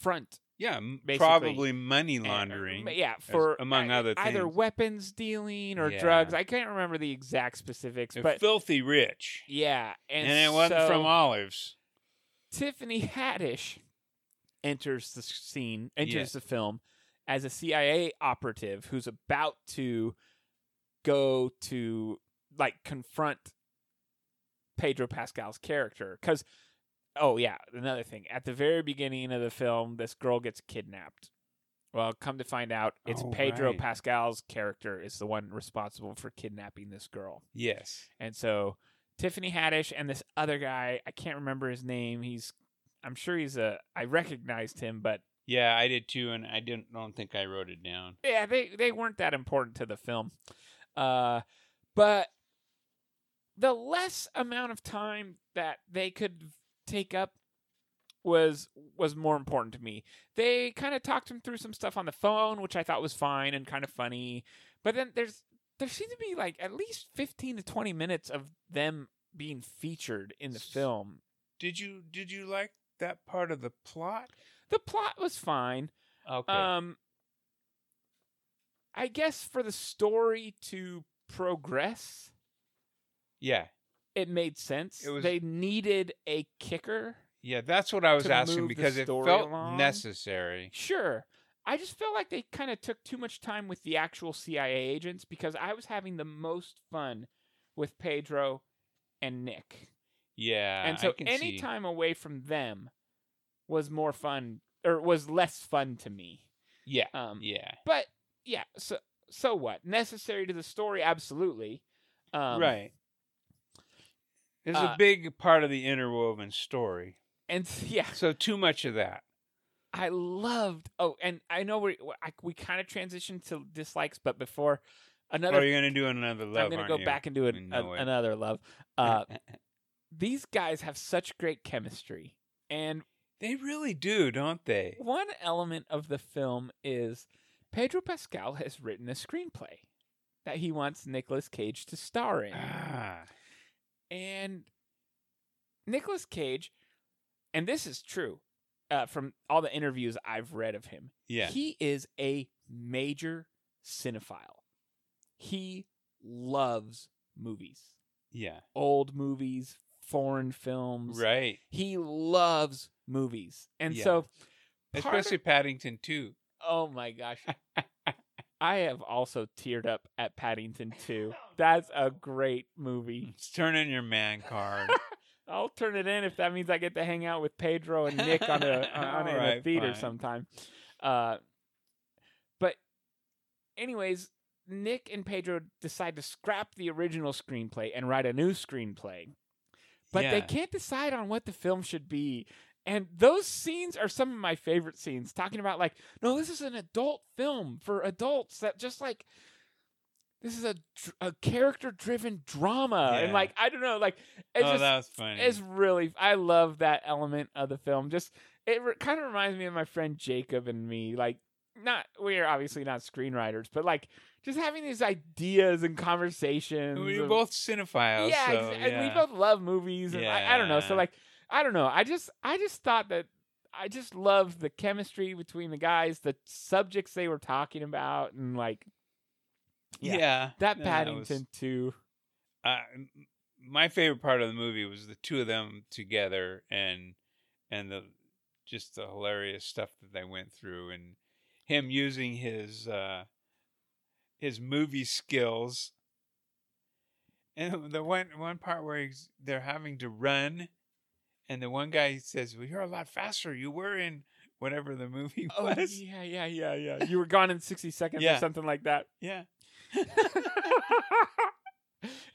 [SPEAKER 2] front,
[SPEAKER 1] Yeah. m-
[SPEAKER 2] Basically.
[SPEAKER 1] Probably money
[SPEAKER 2] and- um,
[SPEAKER 1] laundering.
[SPEAKER 2] yeah, for
[SPEAKER 1] among
[SPEAKER 2] ei-
[SPEAKER 1] other
[SPEAKER 2] either
[SPEAKER 1] things.
[SPEAKER 2] weapons dealing or
[SPEAKER 1] Yeah.
[SPEAKER 2] drugs. I can't remember the exact specifics,
[SPEAKER 1] They're
[SPEAKER 2] but
[SPEAKER 1] filthy rich.
[SPEAKER 2] yeah, and,
[SPEAKER 1] And, it wasn't
[SPEAKER 2] so
[SPEAKER 1] from olives.
[SPEAKER 2] Tiffany Haddish enters the scene, enters
[SPEAKER 1] Yeah.
[SPEAKER 2] the film as a CIA operative who's about to go to like confront Pedro Pascal's character cuz oh yeah, another thing. At the very beginning of the film, this girl gets kidnapped. Well, come to find out, it's
[SPEAKER 1] Oh,
[SPEAKER 2] Pedro
[SPEAKER 1] right.
[SPEAKER 2] Pascal's character is the one responsible for kidnapping this girl.
[SPEAKER 1] Yes.
[SPEAKER 2] And so Tiffany Haddish and this other guy, I can't remember his name. He's I'm sure he's a I recognized him, but
[SPEAKER 1] Yeah, I did too, and I didn't don't think I wrote it down.
[SPEAKER 2] yeah, they they weren't that important to the film. Uh but the less amount of time that they could take up was was more important to me. They kind of talked him through some stuff on the phone, which I thought was fine and kind of funny. But then there's there seemed to be like at least 15 to 20 minutes of them being featured in the film.
[SPEAKER 1] Did you did you like that part of the plot?
[SPEAKER 2] The plot was fine.
[SPEAKER 1] Okay.
[SPEAKER 2] Um I guess for the story to progress,
[SPEAKER 1] yeah.
[SPEAKER 2] it made sense.
[SPEAKER 1] It was-
[SPEAKER 2] they needed a kicker.
[SPEAKER 1] Yeah, that's what I was
[SPEAKER 2] to
[SPEAKER 1] asking
[SPEAKER 2] move the
[SPEAKER 1] because it
[SPEAKER 2] story
[SPEAKER 1] felt
[SPEAKER 2] along.
[SPEAKER 1] necessary.
[SPEAKER 2] Sure. I just felt like they kind of took too much time with the actual CIA agents because I was having the most fun with Pedro and Nick.
[SPEAKER 1] Yeah.
[SPEAKER 2] and so
[SPEAKER 1] I can
[SPEAKER 2] any
[SPEAKER 1] see.
[SPEAKER 2] time away from them was more fun or was less fun to me.
[SPEAKER 1] Yeah.
[SPEAKER 2] Um
[SPEAKER 1] yeah.
[SPEAKER 2] but yeah, so so what? Necessary to the story absolutely. Um
[SPEAKER 1] right. It's
[SPEAKER 2] uh,
[SPEAKER 1] a big part of the interwoven story.
[SPEAKER 2] and yeah,
[SPEAKER 1] So too much of that.
[SPEAKER 2] I loved. Oh, and I know we I, we kind of transitioned to dislikes, but before another,
[SPEAKER 1] Or Oh, you're gonna do another love.
[SPEAKER 2] I'm going to
[SPEAKER 1] aren't
[SPEAKER 2] go
[SPEAKER 1] you?
[SPEAKER 2] back and do an,
[SPEAKER 1] No
[SPEAKER 2] a-
[SPEAKER 1] way.
[SPEAKER 2] another love. Uh, these guys have such great chemistry, and
[SPEAKER 1] They really do, don't they?
[SPEAKER 2] one element of the film is Pedro Pascal has written a screenplay that he wants Nicolas Cage to star in.
[SPEAKER 1] Ah,
[SPEAKER 2] and Nicolas Cage, and this is true uh, from all the interviews I've read of him.
[SPEAKER 1] yeah.
[SPEAKER 2] He is a major cinephile. He loves movies,
[SPEAKER 1] yeah.
[SPEAKER 2] old movies, foreign films.
[SPEAKER 1] Right.
[SPEAKER 2] He loves movies, and
[SPEAKER 1] Yeah.
[SPEAKER 2] so part of-
[SPEAKER 1] Especially Paddington too.
[SPEAKER 2] oh my gosh. I have also teared up at Paddington 2. That's a great movie.
[SPEAKER 1] It's turning your man card.
[SPEAKER 2] I'll turn it in if that means I get to hang out with Pedro and Nick on a on, on in a
[SPEAKER 1] Alright,
[SPEAKER 2] theater
[SPEAKER 1] fine.
[SPEAKER 2] sometime. Uh, but, anyways, Nick and Pedro decide to scrap the original screenplay and write a new screenplay, but they
[SPEAKER 1] Yeah.
[SPEAKER 2] can't decide on what the film should be. And those scenes are some of my favorite scenes. Talking about like, no, this is an adult film for adults that just like this is a dr- a character driven drama and
[SPEAKER 1] Yeah.
[SPEAKER 2] like I don't know like
[SPEAKER 1] oh,
[SPEAKER 2] it's just
[SPEAKER 1] that was funny.
[SPEAKER 2] it's really I love that element of the film. Just it re- kind of reminds me of my friend Jacob and me. Like not we are obviously not screenwriters, but like just having these ideas and conversations.
[SPEAKER 1] we
[SPEAKER 2] of-
[SPEAKER 1] were both cinephiles.
[SPEAKER 2] yeah,
[SPEAKER 1] so,
[SPEAKER 2] exa- and we
[SPEAKER 1] yeah.
[SPEAKER 2] both love movies and I, I don't know. So
[SPEAKER 1] Yeah.
[SPEAKER 2] like I don't know. I just I just thought that I just loved the chemistry between the guys, the subjects they were talking about and like
[SPEAKER 1] Yeah.
[SPEAKER 2] Yeah. That
[SPEAKER 1] No,
[SPEAKER 2] Paddington
[SPEAKER 1] was-
[SPEAKER 2] too.
[SPEAKER 1] uh, m- my favorite part of the movie was the two of them together and and the just the hilarious stuff that they went through and him using his uh his movie skills and the one one part where he's, they're having to run and the one guy says well you're a lot faster you were in whatever the movie
[SPEAKER 2] Oh
[SPEAKER 1] was
[SPEAKER 2] yeah, yeah, yeah, yeah. You were gone in sixty seconds
[SPEAKER 1] Yeah.
[SPEAKER 2] or something like that.
[SPEAKER 1] yeah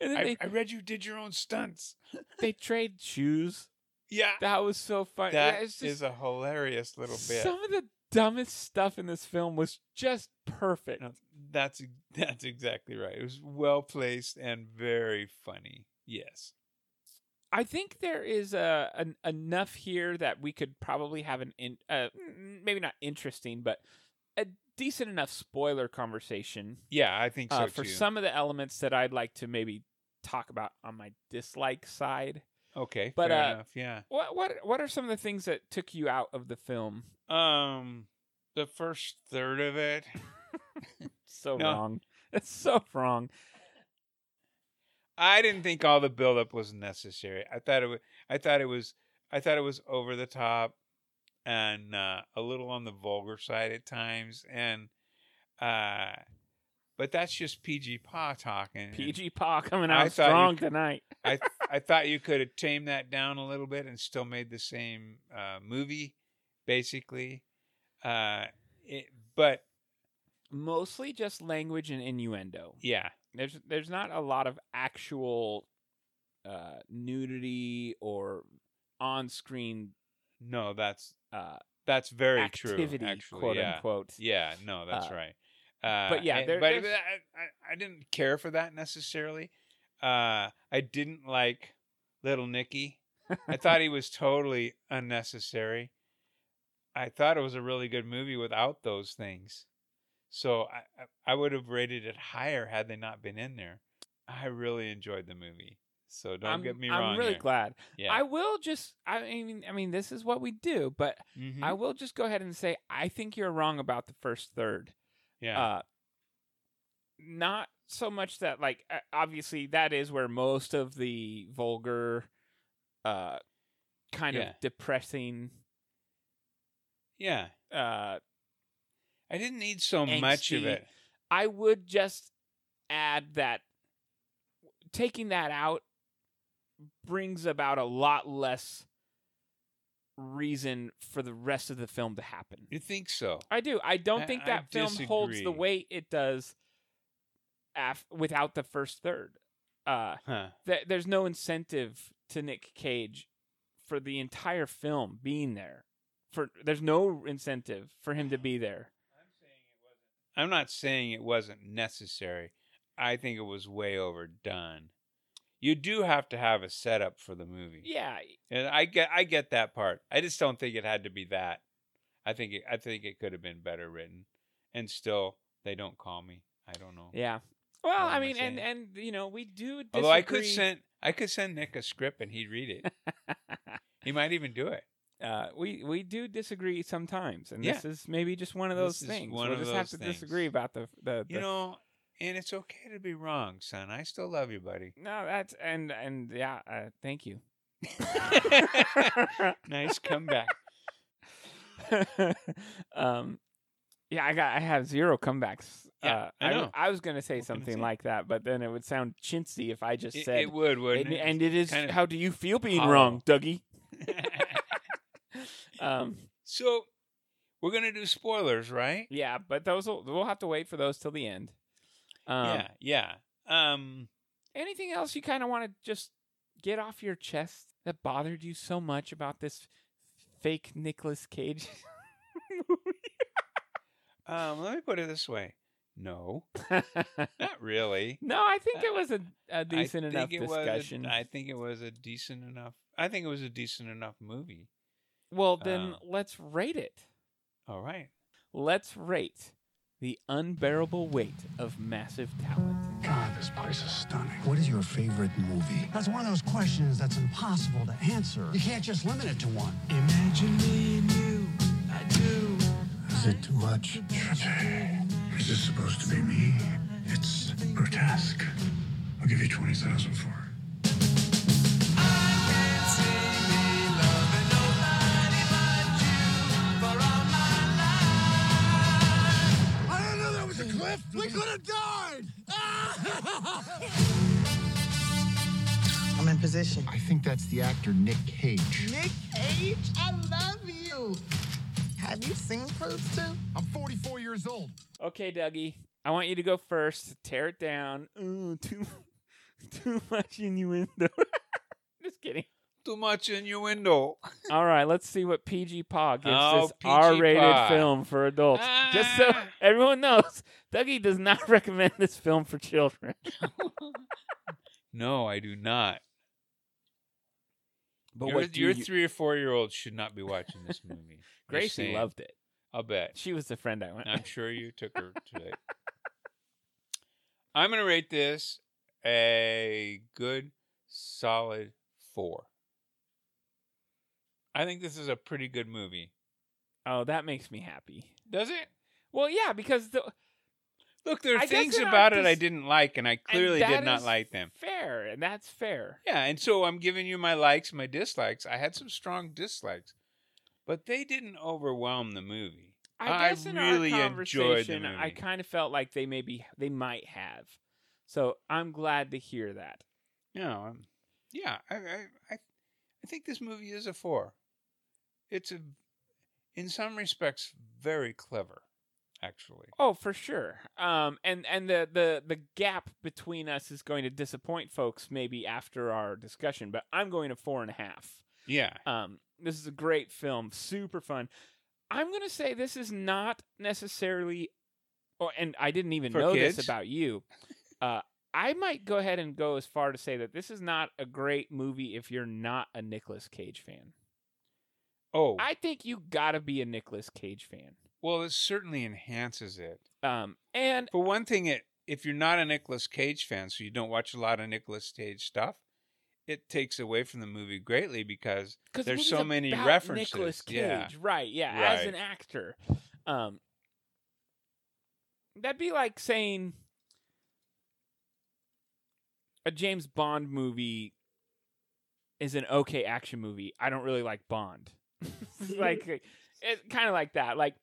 [SPEAKER 2] and then
[SPEAKER 1] I,
[SPEAKER 2] they,
[SPEAKER 1] I read you did your own stunts
[SPEAKER 2] they trade shoes.
[SPEAKER 1] yeah
[SPEAKER 2] That was so funny. Yeah,
[SPEAKER 1] That
[SPEAKER 2] it's
[SPEAKER 1] is
[SPEAKER 2] just
[SPEAKER 1] a hilarious little bit.
[SPEAKER 2] Some of the dumbest stuff in this film was just perfect.
[SPEAKER 1] No, that's e, that's exactly right. It was well placed and very funny. Yes.
[SPEAKER 2] I think there is a an, enough here that we could probably have an in, uh, mm, maybe not interesting, but a decent enough spoiler conversation
[SPEAKER 1] Yeah, I think so
[SPEAKER 2] uh, for
[SPEAKER 1] too.
[SPEAKER 2] some of the elements that I'd like to maybe talk about on my dislike side.
[SPEAKER 1] okay,
[SPEAKER 2] but,
[SPEAKER 1] fair
[SPEAKER 2] uh,
[SPEAKER 1] enough. Yeah.
[SPEAKER 2] What what what are some of the things that took you out of the film?
[SPEAKER 1] Um, the first third of it,
[SPEAKER 2] So
[SPEAKER 1] No.
[SPEAKER 2] wrong. It's so wrong.
[SPEAKER 1] I didn't think all the buildup was necessary. I thought it was. I thought it was. I thought it was over the top, and uh, a little on the vulgar side at times. And, uh, but that's just PG Pa talking. and-
[SPEAKER 2] PG Pa coming
[SPEAKER 1] I
[SPEAKER 2] out
[SPEAKER 1] thought you
[SPEAKER 2] strong
[SPEAKER 1] could-
[SPEAKER 2] tonight.
[SPEAKER 1] I th- I thought you could have tamed that down a little bit and still made the same uh, movie, basically. Uh, it, but
[SPEAKER 2] Mostly just language and innuendo.
[SPEAKER 1] yeah,
[SPEAKER 2] there's there's not a lot of actual uh nudity or on-screen
[SPEAKER 1] no, that's
[SPEAKER 2] uh
[SPEAKER 1] that's very
[SPEAKER 2] activity
[SPEAKER 1] true. Actually,
[SPEAKER 2] quote
[SPEAKER 1] yeah,
[SPEAKER 2] unquote
[SPEAKER 1] yeah, no, that's
[SPEAKER 2] Uh,
[SPEAKER 1] right. Uh,
[SPEAKER 2] but yeah,
[SPEAKER 1] and-
[SPEAKER 2] there-
[SPEAKER 1] but
[SPEAKER 2] there's-
[SPEAKER 1] I, I I didn't care for that necessarily. Uh, I didn't like Little Nicky. I thought he was totally unnecessary. I thought it was a really good movie without those things. So I- I, I would have rated it higher had they not been in there. I really enjoyed the movie. So don't
[SPEAKER 2] I'm,
[SPEAKER 1] get me
[SPEAKER 2] I'm
[SPEAKER 1] wrong.
[SPEAKER 2] really
[SPEAKER 1] there.
[SPEAKER 2] glad
[SPEAKER 1] Yeah.
[SPEAKER 2] i will just i mean i mean this is what we do but
[SPEAKER 1] Mhm.
[SPEAKER 2] i will just go ahead and say i think you're wrong about the first third
[SPEAKER 1] yeah.
[SPEAKER 2] uh not so much that like uh, obviously that is where most of the vulgar uh kind
[SPEAKER 1] Yeah.
[SPEAKER 2] of depressing
[SPEAKER 1] yeah.
[SPEAKER 2] uh
[SPEAKER 1] I didn't need so much of
[SPEAKER 2] angsty
[SPEAKER 1] it.
[SPEAKER 2] I would just add that taking that out brings about a lot less reason for the rest of the film to happen.
[SPEAKER 1] You think so?
[SPEAKER 2] I do. I don't
[SPEAKER 1] I-
[SPEAKER 2] think
[SPEAKER 1] I
[SPEAKER 2] that film holds the
[SPEAKER 1] disagree.
[SPEAKER 2] weight it does af- without the first third. Uh,
[SPEAKER 1] Huh.
[SPEAKER 2] th- there's no incentive to Nick Cage for the entire film being there. For there's no incentive for him to be there.
[SPEAKER 1] I'm not saying it wasn't necessary. I think it was way overdone. You do have to have a setup for the movie.
[SPEAKER 2] Yeah,
[SPEAKER 1] And I get I get that part. I just don't think it had to be that. I think it, I think it could have been better written. And still they don't call me. I don't know.
[SPEAKER 2] Yeah. Well,
[SPEAKER 1] What
[SPEAKER 2] I
[SPEAKER 1] am I
[SPEAKER 2] mean, and
[SPEAKER 1] saying?
[SPEAKER 2] and you know, we do. Disagree.
[SPEAKER 1] Although I could send I could send Nick a script and he'd read it. he might even do it.
[SPEAKER 2] uh, we we do disagree sometimes, and
[SPEAKER 1] Yeah.
[SPEAKER 2] this is maybe just one of those
[SPEAKER 1] This is
[SPEAKER 2] things.
[SPEAKER 1] one
[SPEAKER 2] we'll
[SPEAKER 1] of
[SPEAKER 2] just have
[SPEAKER 1] those
[SPEAKER 2] to
[SPEAKER 1] things.
[SPEAKER 2] disagree about the the.
[SPEAKER 1] You
[SPEAKER 2] the-
[SPEAKER 1] know, and it's okay to be wrong, son. I still love you, buddy.
[SPEAKER 2] No, that's and and yeah. Uh, thank you.
[SPEAKER 1] nice comeback.
[SPEAKER 2] um, yeah, I got I have zero comebacks.
[SPEAKER 1] Yeah,
[SPEAKER 2] uh,
[SPEAKER 1] I know.
[SPEAKER 2] I, was gonna say
[SPEAKER 1] What can I
[SPEAKER 2] something
[SPEAKER 1] say?
[SPEAKER 2] like that, but then it would sound chintzy if I just
[SPEAKER 1] It,
[SPEAKER 2] said.
[SPEAKER 1] it would, wouldn't
[SPEAKER 2] and,
[SPEAKER 1] it?
[SPEAKER 2] and it is.
[SPEAKER 1] kind of
[SPEAKER 2] how do you feel being
[SPEAKER 1] hollow.
[SPEAKER 2] wrong, Dougie? Um,
[SPEAKER 1] so we're gonna do spoilers, right?
[SPEAKER 2] Yeah, but those will, we'll have to wait for those till the end. Um,
[SPEAKER 1] yeah, yeah. Um,
[SPEAKER 2] Anything else you kind of want to just get off your chest that bothered you so much about this fake Nicolas Cage?
[SPEAKER 1] um, let me put it this way. No, not really.
[SPEAKER 2] no, I think it was a, a decent
[SPEAKER 1] I
[SPEAKER 2] enough
[SPEAKER 1] think it was a-
[SPEAKER 2] discussion.
[SPEAKER 1] I think it was a decent enough. I think it was a decent enough movie.
[SPEAKER 2] well, then
[SPEAKER 1] uh,
[SPEAKER 2] let's rate it.
[SPEAKER 1] All right.
[SPEAKER 2] Let's rate the unbearable weight of massive talent.
[SPEAKER 9] God, this place is stunning. What is your favorite movie? That's one of those questions that's impossible to answer. You can't just limit it to one. Imagine me and you. I do. Is it too much? Is this supposed to be me? It's grotesque. I'll give you 20,000 for it. I didn't know that was a cliff. We could have died.
[SPEAKER 10] I'm in position.
[SPEAKER 9] I think that's the actor Nick Cage.
[SPEAKER 10] Nick Cage, I love you. Have you seen Cruise 2?
[SPEAKER 9] I'm 44 years old.
[SPEAKER 2] Okay, Dougie, I want you to go first. Tear it down. Ooh, too, too much innuendo. Just kidding.
[SPEAKER 1] Too much innuendo.
[SPEAKER 2] All right, let's see what PG Paw gives
[SPEAKER 1] Oh,
[SPEAKER 2] this
[SPEAKER 1] PG
[SPEAKER 2] R-rated
[SPEAKER 1] Paw.
[SPEAKER 2] film for adults. Just so
[SPEAKER 1] Ah. window.
[SPEAKER 2] everyone knows, Dougie does not recommend this film for children.
[SPEAKER 1] No, I do not.
[SPEAKER 2] But
[SPEAKER 1] your
[SPEAKER 2] what do
[SPEAKER 1] your
[SPEAKER 2] you-
[SPEAKER 1] three or four year old should not be watching this movie. Just
[SPEAKER 2] Gracie
[SPEAKER 1] saying.
[SPEAKER 2] loved it.
[SPEAKER 1] I'll bet.
[SPEAKER 2] She was the friend I went.
[SPEAKER 1] I'm sure you took her today. I'm going to rate this a good, solid four. I think this is a pretty good movie.
[SPEAKER 2] Oh, that makes me happy.
[SPEAKER 1] Does it?
[SPEAKER 2] Well, yeah, because the
[SPEAKER 1] Look, there are
[SPEAKER 2] I guess
[SPEAKER 1] things
[SPEAKER 2] they're not
[SPEAKER 1] about it I
[SPEAKER 2] dis-
[SPEAKER 1] didn't like, and I
[SPEAKER 2] and
[SPEAKER 1] clearly
[SPEAKER 2] that
[SPEAKER 1] did not
[SPEAKER 2] is
[SPEAKER 1] like them.
[SPEAKER 2] Fair, and that's fair.
[SPEAKER 1] Yeah, and so I'm giving you my likes, my dislikes. I had some strong dislikes, but they didn't overwhelm the movie. I
[SPEAKER 2] I guess in
[SPEAKER 1] really
[SPEAKER 2] our
[SPEAKER 1] enjoyed the
[SPEAKER 2] conversation, I
[SPEAKER 1] movie.
[SPEAKER 2] kind of felt like they maybe they might have. So I'm glad to hear that.
[SPEAKER 1] No, I'm, yeah, I, I, I, I think this movie is a four. It's a, in some respects, very clever, actually.
[SPEAKER 2] Oh, for sure. Um, and and the the the gap between us is going to disappoint folks maybe after our discussion, but I'm going to four and a half.
[SPEAKER 1] Yeah,
[SPEAKER 2] Um, this is a great film, super fun. I'm gonna say this is not necessarily, or and I didn't even
[SPEAKER 1] For
[SPEAKER 2] know
[SPEAKER 1] kids?
[SPEAKER 2] this about you. Uh, I might go ahead and go as far to say that this is not a great movie if you're not a Nicolas Cage fan.
[SPEAKER 1] Oh,
[SPEAKER 2] I think you gotta be a Nicolas Cage fan.
[SPEAKER 1] well, it certainly enhances it.
[SPEAKER 2] Um, and
[SPEAKER 1] For one thing, it if you're not a Nicolas Cage fan, so you don't watch a lot of Nicolas Cage stuff, it takes away from the movie greatly because
[SPEAKER 2] because
[SPEAKER 1] There's so many references,
[SPEAKER 2] Nicolas Cage,
[SPEAKER 1] yeah.
[SPEAKER 2] right? Yeah, as
[SPEAKER 1] Right.
[SPEAKER 2] an actor, um, that'd be like saying a James Bond movie is an okay action movie. I don't really like Bond, like it's kind of like that. Like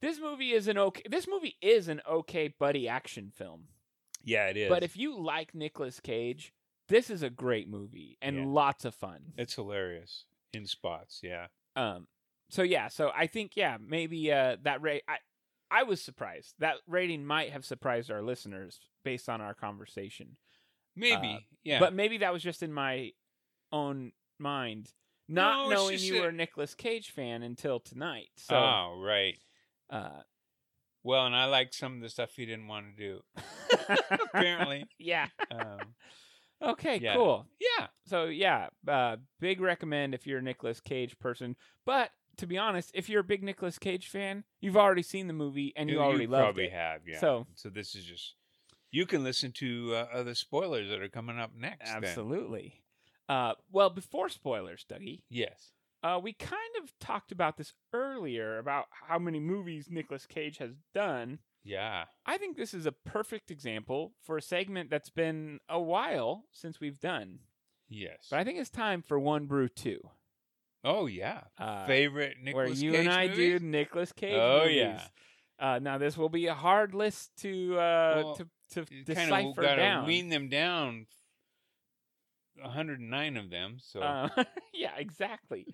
[SPEAKER 2] this movie is an okay. This movie is an okay buddy action film.
[SPEAKER 1] yeah, it is.
[SPEAKER 2] But if you like Nicolas Cage, this is a great movie and
[SPEAKER 1] Yeah.
[SPEAKER 2] lots of fun.
[SPEAKER 1] it's hilarious in spots, yeah.
[SPEAKER 2] Um. So yeah. So I think yeah. Maybe uh that rate. I I was surprised. That rating might have surprised our listeners based on our conversation.
[SPEAKER 1] Maybe, yeah.
[SPEAKER 2] But maybe that was just in my own mind, not
[SPEAKER 1] No, it's
[SPEAKER 2] knowing
[SPEAKER 1] just
[SPEAKER 2] you
[SPEAKER 1] that-
[SPEAKER 2] were a Nicolas Cage fan until tonight. So
[SPEAKER 1] oh, right.
[SPEAKER 2] uh,
[SPEAKER 1] Well, and I like some of the stuff he didn't want to do. Apparently,
[SPEAKER 2] yeah.
[SPEAKER 1] um,
[SPEAKER 2] Okay.
[SPEAKER 1] Yeah.
[SPEAKER 2] Cool.
[SPEAKER 1] yeah,
[SPEAKER 2] So yeah, uh, big recommend if you're a Nicolas Cage person. But to be honest, if you're a big Nicolas Cage fan, you've already seen the movie and you, already loved
[SPEAKER 1] probably
[SPEAKER 2] it.
[SPEAKER 1] have. Yeah.
[SPEAKER 2] So-
[SPEAKER 1] so this is just you can listen to uh, other spoilers that are coming up next. then.
[SPEAKER 2] Absolutely. Uh, well, before spoilers, Dougie,
[SPEAKER 1] Yes.
[SPEAKER 2] uh, we kind of talked about this earlier about how many movies Nicolas Cage has done.
[SPEAKER 1] Yeah.
[SPEAKER 2] I think this is a perfect example for a segment that's been a while since we've done,
[SPEAKER 1] Yes.
[SPEAKER 2] but I think it's time for One Brew Two,
[SPEAKER 1] oh yeah.
[SPEAKER 2] uh,
[SPEAKER 1] Favorite Nicolas
[SPEAKER 2] where you
[SPEAKER 1] Cage
[SPEAKER 2] and I
[SPEAKER 1] movies?
[SPEAKER 2] do Nicolas Cage.
[SPEAKER 1] Oh,
[SPEAKER 2] movies.
[SPEAKER 1] yeah.
[SPEAKER 2] Uh, now this will be a hard list to uh,
[SPEAKER 1] Well,
[SPEAKER 2] to to
[SPEAKER 1] You kind of
[SPEAKER 2] decipher
[SPEAKER 1] got to
[SPEAKER 2] down.
[SPEAKER 1] wean them down. 109 of them. So
[SPEAKER 2] Uh, yeah, exactly.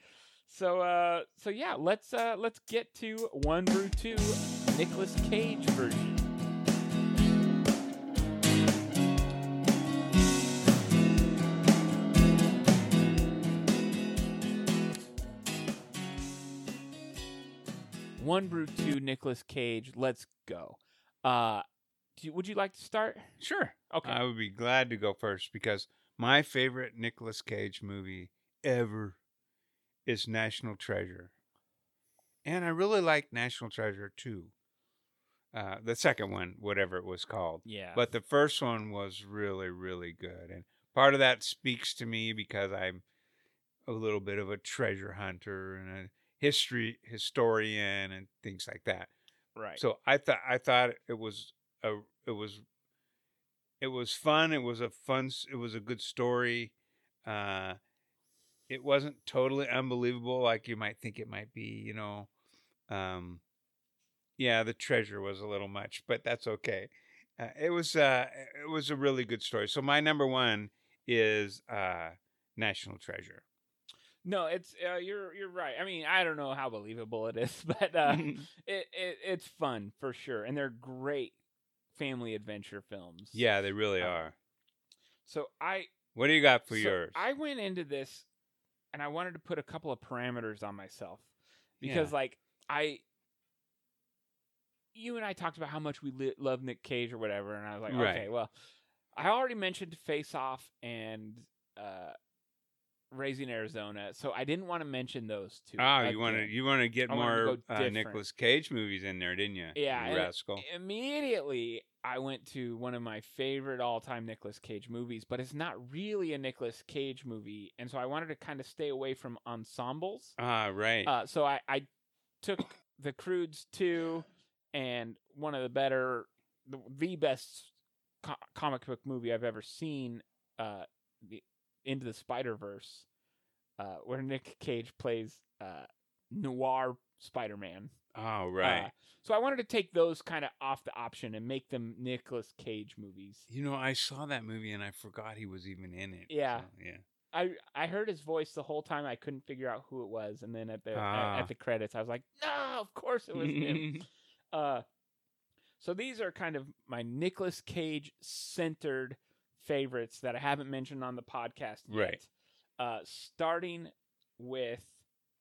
[SPEAKER 2] So uh so yeah, let's uh let's get to one brew two Nicolas Cage version. One brew two Nicolas Cage, let's go. Uh do you, would you like to start?
[SPEAKER 1] sure.
[SPEAKER 2] Okay.
[SPEAKER 1] I would be glad to go first because my favorite Nicolas Cage movie ever is National Treasure. And I really like National Treasure too. Uh, the second one, whatever it was called.
[SPEAKER 2] yeah.
[SPEAKER 1] But the first one was really, really good. And part of that speaks to me because I'm a little bit of a treasure hunter and a history historian and things like that.
[SPEAKER 2] right.
[SPEAKER 1] So I thought I thought it was a it was it was fun. It was a fun. s- It was a good story. Uh, it wasn't totally unbelievable like you might think it might be. You know, um, yeah, the treasure was a little much, but that's okay. Uh, it was uh, it was a really good story. So my number one is uh, National Treasure.
[SPEAKER 2] No, it's uh, you're you're right. I mean, I don't know how believable it is, but uh,
[SPEAKER 1] Mm-hmm.
[SPEAKER 2] it, it it's fun for sure, and they're great family adventure films.
[SPEAKER 1] Yeah, they really
[SPEAKER 2] Uh,
[SPEAKER 1] are.
[SPEAKER 2] So I
[SPEAKER 1] What do you got for
[SPEAKER 2] so
[SPEAKER 1] yours?
[SPEAKER 2] I went into this, and I wanted to put a couple of parameters on myself because, like, I you and I talked about how much we li- love Nick Cage or whatever, and I was like,
[SPEAKER 1] Right.
[SPEAKER 2] okay, well, I already mentioned Face Off and. uh Raising Arizona, so I didn't want to mention those two.
[SPEAKER 1] Oh, you want to
[SPEAKER 2] again.
[SPEAKER 1] you want to get
[SPEAKER 2] I wanted to
[SPEAKER 1] more
[SPEAKER 2] go
[SPEAKER 1] uh,
[SPEAKER 2] different.
[SPEAKER 1] Nicolas Cage movies in there, didn't you?
[SPEAKER 2] Yeah,
[SPEAKER 1] you
[SPEAKER 2] and-
[SPEAKER 1] rascal.
[SPEAKER 2] immediately I went to one of my favorite all-time Nicolas Cage movies, but it's not really a Nicolas Cage movie, and so I wanted to kind of stay away from ensembles.
[SPEAKER 1] Ah, right.
[SPEAKER 2] Uh, so I, I took The Crudes 2 and one of the better, the, the best co- comic book movie I've ever seen, uh, the, Into the Spider Verse, uh, where Nick Cage plays uh, noir Spider-Man.
[SPEAKER 1] oh,
[SPEAKER 2] Uh,
[SPEAKER 1] right.
[SPEAKER 2] so I wanted to take those kind of off the option and make them Nicolas Cage movies.
[SPEAKER 1] you know, I saw that movie and I forgot he was even in it.
[SPEAKER 2] Yeah.
[SPEAKER 1] so, yeah.
[SPEAKER 2] I I heard his voice the whole time. I couldn't figure out who it was, and then at the at,
[SPEAKER 1] Ah.
[SPEAKER 2] at the credits, I was like, "No, of course it was him." Uh, so these are kind of my Nicolas Cage centered favorites that I haven't mentioned on the podcast yet.
[SPEAKER 1] Right.
[SPEAKER 2] Uh, starting with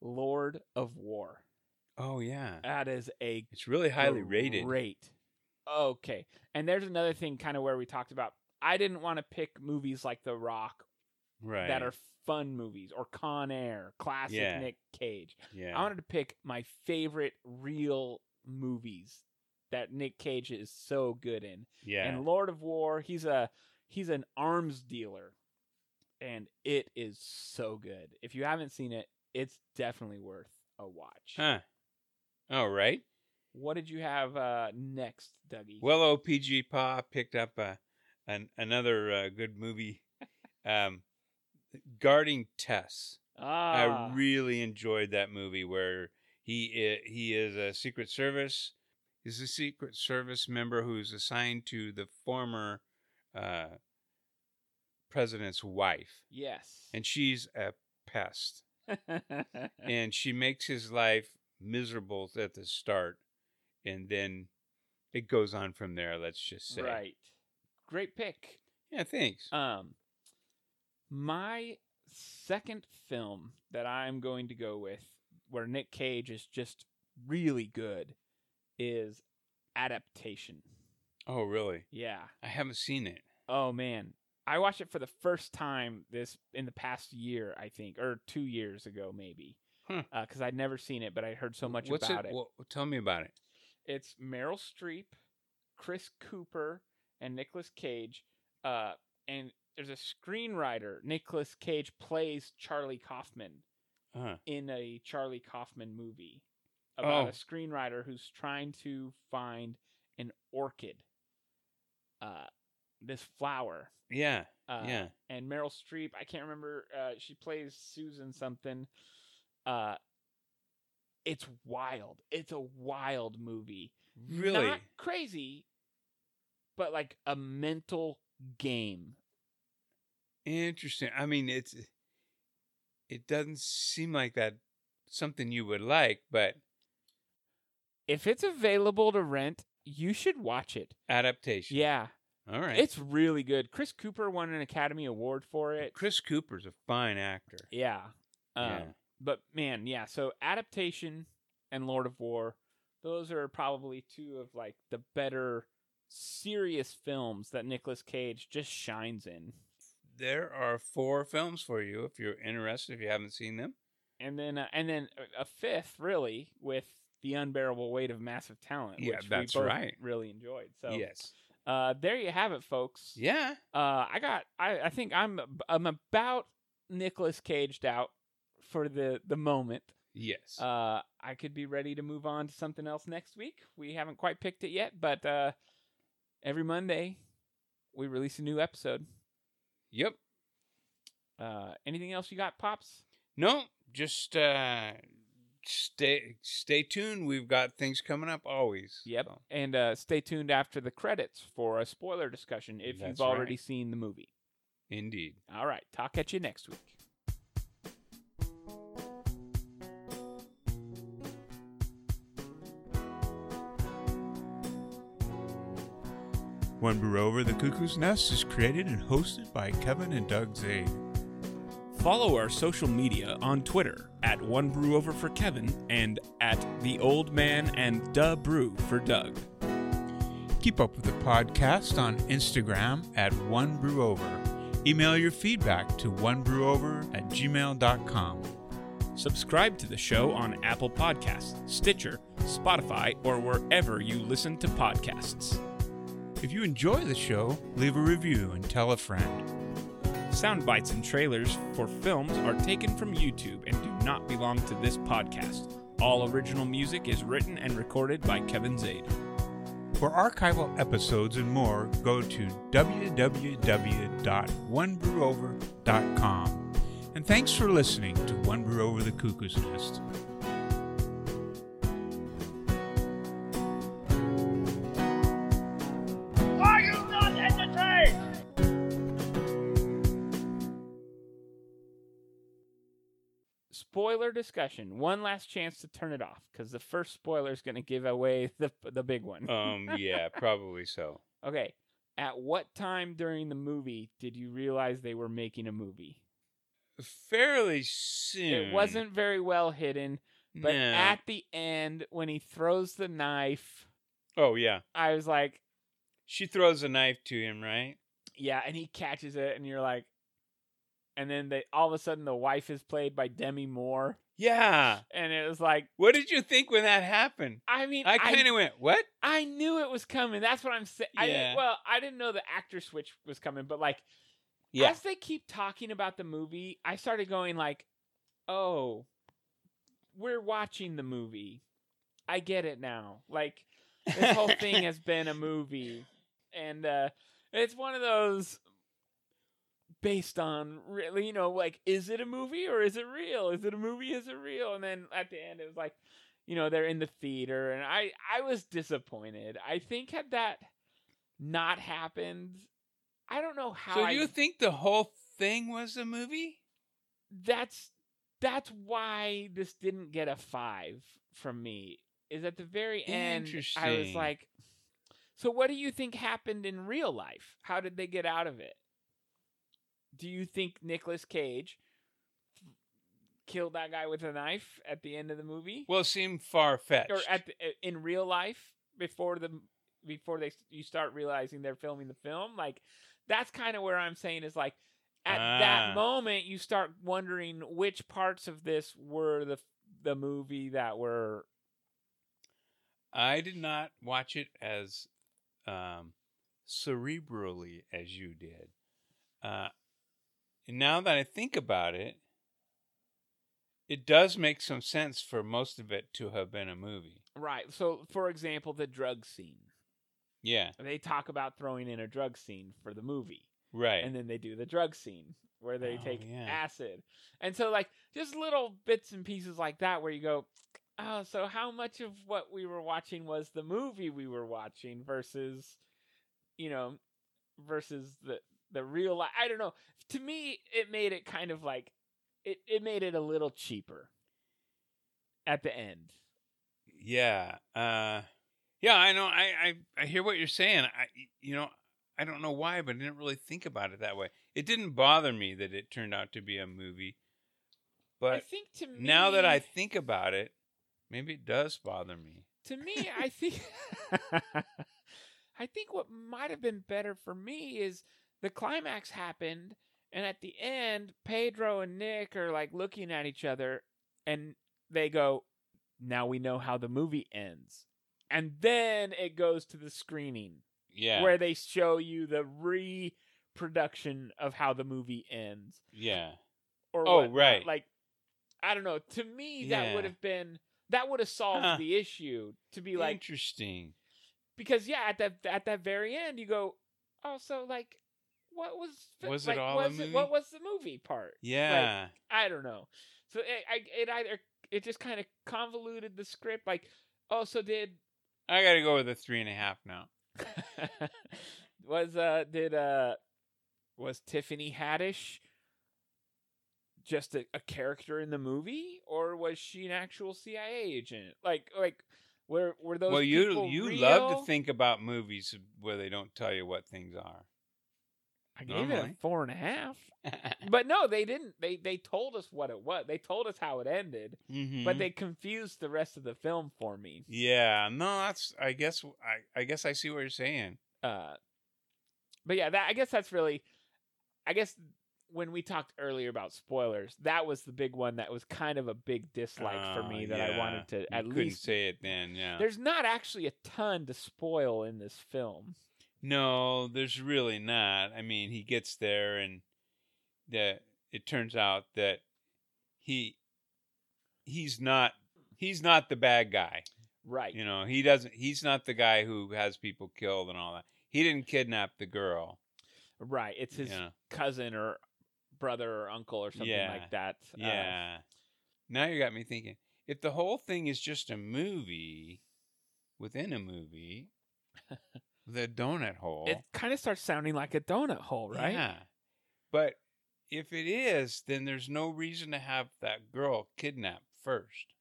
[SPEAKER 2] Lord of War.
[SPEAKER 1] oh, yeah.
[SPEAKER 2] That is a
[SPEAKER 1] It's really highly rated.
[SPEAKER 2] Great. Okay. And there's another thing kind of where we talked about I didn't want to pick movies like The Rock
[SPEAKER 1] Right.
[SPEAKER 2] that are fun movies or Con Air, classic
[SPEAKER 1] Yeah.
[SPEAKER 2] Nick Cage.
[SPEAKER 1] yeah.
[SPEAKER 2] I wanted to pick my favorite real movies that Nick Cage is so good in.
[SPEAKER 1] yeah.
[SPEAKER 2] And Lord of War, he's a he's an arms dealer. And it is so good. If you haven't seen it, it's definitely worth a watch.
[SPEAKER 1] huh. All right.
[SPEAKER 2] What did you have uh, next, Dougie?
[SPEAKER 1] Well, OPG Pa picked up a, an, another uh, good movie, um, guarding Tess.
[SPEAKER 2] Ah,
[SPEAKER 1] I really enjoyed that movie where he i- he is a Secret Service. He's a Secret Service member who's assigned to the former uh, president's wife,
[SPEAKER 2] yes.
[SPEAKER 1] and she's a pest,
[SPEAKER 2] Eh.
[SPEAKER 1] and she makes his life miserable at the start, and then it goes on from there. Let's just say,
[SPEAKER 2] right. Great pick.
[SPEAKER 1] Yeah, thanks.
[SPEAKER 2] Um, my second film that I'm going to go with, where Nick Cage is just really good, is Adaptation.
[SPEAKER 1] oh, really?
[SPEAKER 2] Yeah.
[SPEAKER 1] I haven't seen it.
[SPEAKER 2] Oh man, I watched it for the first time this in the past year, I think, or two years ago, maybe,
[SPEAKER 1] Huh.
[SPEAKER 2] because I'd never seen it, but I heard so much
[SPEAKER 1] What's
[SPEAKER 2] about it.
[SPEAKER 1] Well, tell me about it.
[SPEAKER 2] It's Meryl Streep, Chris Cooper, and Nicolas Cage. Uh, and there's a screenwriter. Nicolas Cage plays Charlie Kaufman
[SPEAKER 1] Huh.
[SPEAKER 2] in a Charlie Kaufman movie about
[SPEAKER 1] Oh.
[SPEAKER 2] a screenwriter who's trying to find an orchid, uh, this flower.
[SPEAKER 1] Yeah,
[SPEAKER 2] Uh,
[SPEAKER 1] yeah.
[SPEAKER 2] and Meryl Streep. I can't remember. Uh, she plays Susan something. Uh, it's wild. It's a wild movie.
[SPEAKER 1] Really?
[SPEAKER 2] Not crazy, but like a mental game.
[SPEAKER 1] Interesting. I mean, it's it doesn't seem like that something you would like, but
[SPEAKER 2] If it's available to rent, you should watch it.
[SPEAKER 1] adaptation.
[SPEAKER 2] Yeah,
[SPEAKER 1] All right.
[SPEAKER 2] it's really good. Chris Cooper won an Academy Award for it.
[SPEAKER 1] Chris Cooper's a fine actor.
[SPEAKER 2] Yeah. Um,
[SPEAKER 1] Yeah.
[SPEAKER 2] But man, yeah. So adaptation and Lord of War, those are probably two of like the better serious films that Nicolas Cage just shines in.
[SPEAKER 1] There are four films for you if you're interested. If you haven't seen them,
[SPEAKER 2] And then uh, and then a- a fifth really with the unbearable weight of massive talent.
[SPEAKER 1] Yeah,
[SPEAKER 2] which
[SPEAKER 1] that's
[SPEAKER 2] we both
[SPEAKER 1] right.
[SPEAKER 2] Really enjoyed. So
[SPEAKER 1] yes,
[SPEAKER 2] uh, there you have it, folks.
[SPEAKER 1] yeah,
[SPEAKER 2] Uh, I got. I, I think I'm. ab- I'm about Nicolas Caged out for the the moment.
[SPEAKER 1] yes.
[SPEAKER 2] Uh, I could be ready to move on to something else next week. We haven't quite picked it yet, but uh, every Monday
[SPEAKER 11] we release a new episode.
[SPEAKER 1] Yep.
[SPEAKER 11] Uh, anything else you got, pops?
[SPEAKER 1] No, just uh, stay stay tuned. We've got things coming up always.
[SPEAKER 11] Yep.
[SPEAKER 1] so.
[SPEAKER 11] And uh, stay tuned after the credits for a spoiler discussion if
[SPEAKER 1] That's
[SPEAKER 11] you've already
[SPEAKER 1] right.
[SPEAKER 11] seen the movie.
[SPEAKER 1] Indeed.
[SPEAKER 11] All right, talk at you next week.
[SPEAKER 1] One Brew Over the Cuckoo's Nest is created and hosted by Kevin and Doug Zade.
[SPEAKER 2] Follow our social media on Twitter at One Brew Over for Kevin and at The Old Man and Duh Brew for Doug.
[SPEAKER 1] Keep up with the podcast on Instagram at One Brew Over. Email your feedback to onebrewover at gmail.com.
[SPEAKER 2] Subscribe to the show on Apple Podcasts, Stitcher, Spotify, or wherever you listen to podcasts.
[SPEAKER 1] If you enjoy the show, leave a review and tell a friend.
[SPEAKER 2] Sound bites and trailers for films are taken from YouTube and do not belong to this podcast. All original music is written and recorded by Kevin Zade.
[SPEAKER 1] For archival episodes and more, go to www.onebrewover.com. And thanks for listening to One Brew Over the Cuckoo's Nest.
[SPEAKER 12] Are you not entertained?
[SPEAKER 11] Spoiler discussion. One last chance to turn it off because the first spoiler is going to give away the the big one.
[SPEAKER 1] Um, yeah, probably so.
[SPEAKER 11] Okay. At what time during the movie did you realize they were making a movie?
[SPEAKER 1] Fairly soon.
[SPEAKER 11] It wasn't very well hidden, but
[SPEAKER 1] No.
[SPEAKER 11] at the end when he throws the knife,
[SPEAKER 1] Oh yeah.
[SPEAKER 11] I was like,
[SPEAKER 1] She throws a knife to him, right?
[SPEAKER 11] yeah, and he catches it and you're like and then they all of a sudden the wife is played by Demi Moore
[SPEAKER 1] Yeah.
[SPEAKER 11] and it was like
[SPEAKER 1] What did you think when that happened?
[SPEAKER 11] I mean
[SPEAKER 1] I kind of went, "What?"
[SPEAKER 11] I knew it was coming. That's what I'm saying.
[SPEAKER 1] Yeah.
[SPEAKER 11] Well, I didn't know the actor switch was coming, but like as they keep talking about the movie, I started going like, "Oh, we're watching the movie. I get it now. Like this whole thing has been a movie, and uh, it's one of those based on really, you know, like is it a movie or is it real? Is it a movie? Is it real? And then at the end, it was like, you know, they're in the theater, and I I was disappointed. I think had that not happened. I don't know how.
[SPEAKER 1] So
[SPEAKER 11] I
[SPEAKER 1] you think the whole thing was a movie?
[SPEAKER 11] that's that's why this didn't get a five from me. Is at the very end I was
[SPEAKER 1] Interesting.
[SPEAKER 11] like, so what do you think happened in real life? How did they get out of it? Do you think Nicolas Cage killed that guy with a knife at the end of the movie,
[SPEAKER 1] Well, it seemed far fetched.
[SPEAKER 11] or at the, eh, in real life before the before they you start realizing they're filming the film? Like that's kind of where I'm saying is like at
[SPEAKER 1] Ah.
[SPEAKER 11] that moment you start wondering which parts of this were the the movie that were
[SPEAKER 1] I did not watch it as um, cerebrally as you did. Uh, and now that I think about it, it does make some sense for most of it to have been a movie.
[SPEAKER 11] right. So for example, the drug scene.
[SPEAKER 1] Yeah,
[SPEAKER 11] They talk about throwing in a drug scene for the movie.
[SPEAKER 1] right.
[SPEAKER 11] And then they do the drug scene where they
[SPEAKER 1] Oh,
[SPEAKER 11] take
[SPEAKER 1] yeah.
[SPEAKER 11] acid. And so like just little bits and pieces like that where you go, Oh, so how much of what we were watching was the movie we were watching versus you know versus the the real life I don't know. To me it made it kind of like it, it made it a little cheaper at the end.
[SPEAKER 1] Yeah. Uh yeah, I know I, I I hear what you're saying. I you know, I don't know why, but I didn't really think about it that way. It didn't bother me that it turned out to be a movie.
[SPEAKER 11] I
[SPEAKER 1] But
[SPEAKER 11] think to me
[SPEAKER 1] now that
[SPEAKER 11] Mm-hmm.
[SPEAKER 1] I think about it, maybe it does bother me.
[SPEAKER 11] to me, I think I think what might have been better for me is the climax happened and at the end Pedro and Nick are like looking at each other and they go now we know how the movie ends. And then it goes to the screening
[SPEAKER 1] Yeah.
[SPEAKER 11] where they show you the reproduction of how the movie ends
[SPEAKER 1] yeah.
[SPEAKER 11] or
[SPEAKER 1] Oh,
[SPEAKER 11] whatnot.
[SPEAKER 1] right.
[SPEAKER 11] like i don't know to me that
[SPEAKER 1] Yeah.
[SPEAKER 11] would have been that would have solved
[SPEAKER 1] Huh.
[SPEAKER 11] the issue to be like
[SPEAKER 1] Interesting.
[SPEAKER 11] because yeah at that at that very end you go also like what was the,
[SPEAKER 1] Was it
[SPEAKER 11] like,
[SPEAKER 1] all a
[SPEAKER 11] was
[SPEAKER 1] movie?
[SPEAKER 11] what was the movie part
[SPEAKER 1] Yeah.
[SPEAKER 11] i don't know so it, I, it either it just kind of convoluted the script like also did
[SPEAKER 1] I gotta go with a three and a half now.
[SPEAKER 11] was uh did uh was tiffany haddish just a, a character in the movie or was she an actual cia agent like like were were those
[SPEAKER 1] well, you
[SPEAKER 11] people
[SPEAKER 1] you
[SPEAKER 11] real?
[SPEAKER 1] love to think about movies where they don't tell you what things are.
[SPEAKER 11] I gave it a
[SPEAKER 1] Normally.
[SPEAKER 11] four and a half. but no, they didn't. They they told us what it was. They told us how it ended, but
[SPEAKER 1] Mhm.
[SPEAKER 11] they confused the rest of the film for me.
[SPEAKER 1] yeah, no, that's I guess I I guess I see what you're saying.
[SPEAKER 11] Uh, but yeah, that I guess that's really, I guess when we talked earlier about spoilers, that was the big one that was kind of a big dislike for
[SPEAKER 1] Oh,
[SPEAKER 11] me that I
[SPEAKER 1] yeah.
[SPEAKER 11] wanted
[SPEAKER 1] You
[SPEAKER 11] to at
[SPEAKER 1] couldn't
[SPEAKER 11] least.
[SPEAKER 1] say it then. Yeah,
[SPEAKER 11] There's not actually a ton to spoil in this film.
[SPEAKER 1] No, there's really not. I mean, he gets there and that it turns out that he he's not he's not the bad guy.
[SPEAKER 11] Right.
[SPEAKER 1] You know, he doesn't he's not the guy who has people killed and all that. He didn't kidnap the girl.
[SPEAKER 11] Right. It's his
[SPEAKER 1] Yeah.
[SPEAKER 11] cousin or brother or uncle or something
[SPEAKER 1] Yeah.
[SPEAKER 11] like that. Uh,
[SPEAKER 1] Yeah. now you got me thinking. If the whole thing is just a movie within a movie, the donut hole.
[SPEAKER 11] it kind of starts sounding like a donut hole, right?
[SPEAKER 1] Yeah. But if it is, then there's no reason to have that girl kidnapped first.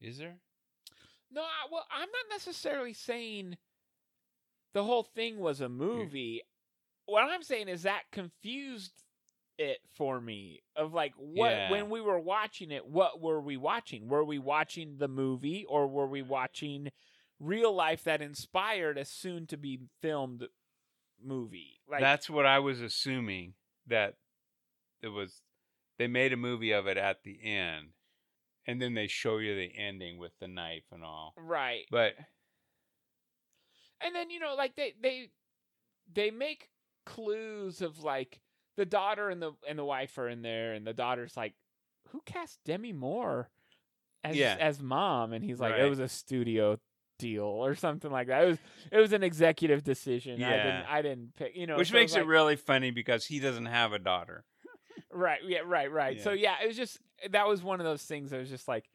[SPEAKER 1] Is there?
[SPEAKER 11] No, I, well, I'm not necessarily saying the whole thing was
[SPEAKER 1] Hmm.
[SPEAKER 11] a movie. What I'm saying is that confused it for me of like what
[SPEAKER 1] Yeah.
[SPEAKER 11] when we were watching it what were we watching were we watching the movie or were we watching real life that inspired a soon to be filmed movie like
[SPEAKER 1] That's what I was assuming that it was they made a movie of it at the end. And then they show you the ending with the knife and all.
[SPEAKER 11] right
[SPEAKER 1] But
[SPEAKER 11] and then you know like they they they make clues of like the daughter and the and the wife are in there and the daughter's like who cast demi moore as
[SPEAKER 1] Yeah.
[SPEAKER 11] as mom and he's like it
[SPEAKER 1] Right.
[SPEAKER 11] was a studio deal or something like that it was it was an executive decision i
[SPEAKER 1] Yeah.
[SPEAKER 11] didn't i didn't pick you know
[SPEAKER 1] which
[SPEAKER 11] so it's
[SPEAKER 1] makes it
[SPEAKER 11] like-
[SPEAKER 1] really funny because he doesn't have a daughter.
[SPEAKER 11] right yeah right right
[SPEAKER 1] Yeah.
[SPEAKER 11] so yeah it was just that was one of those things that was just like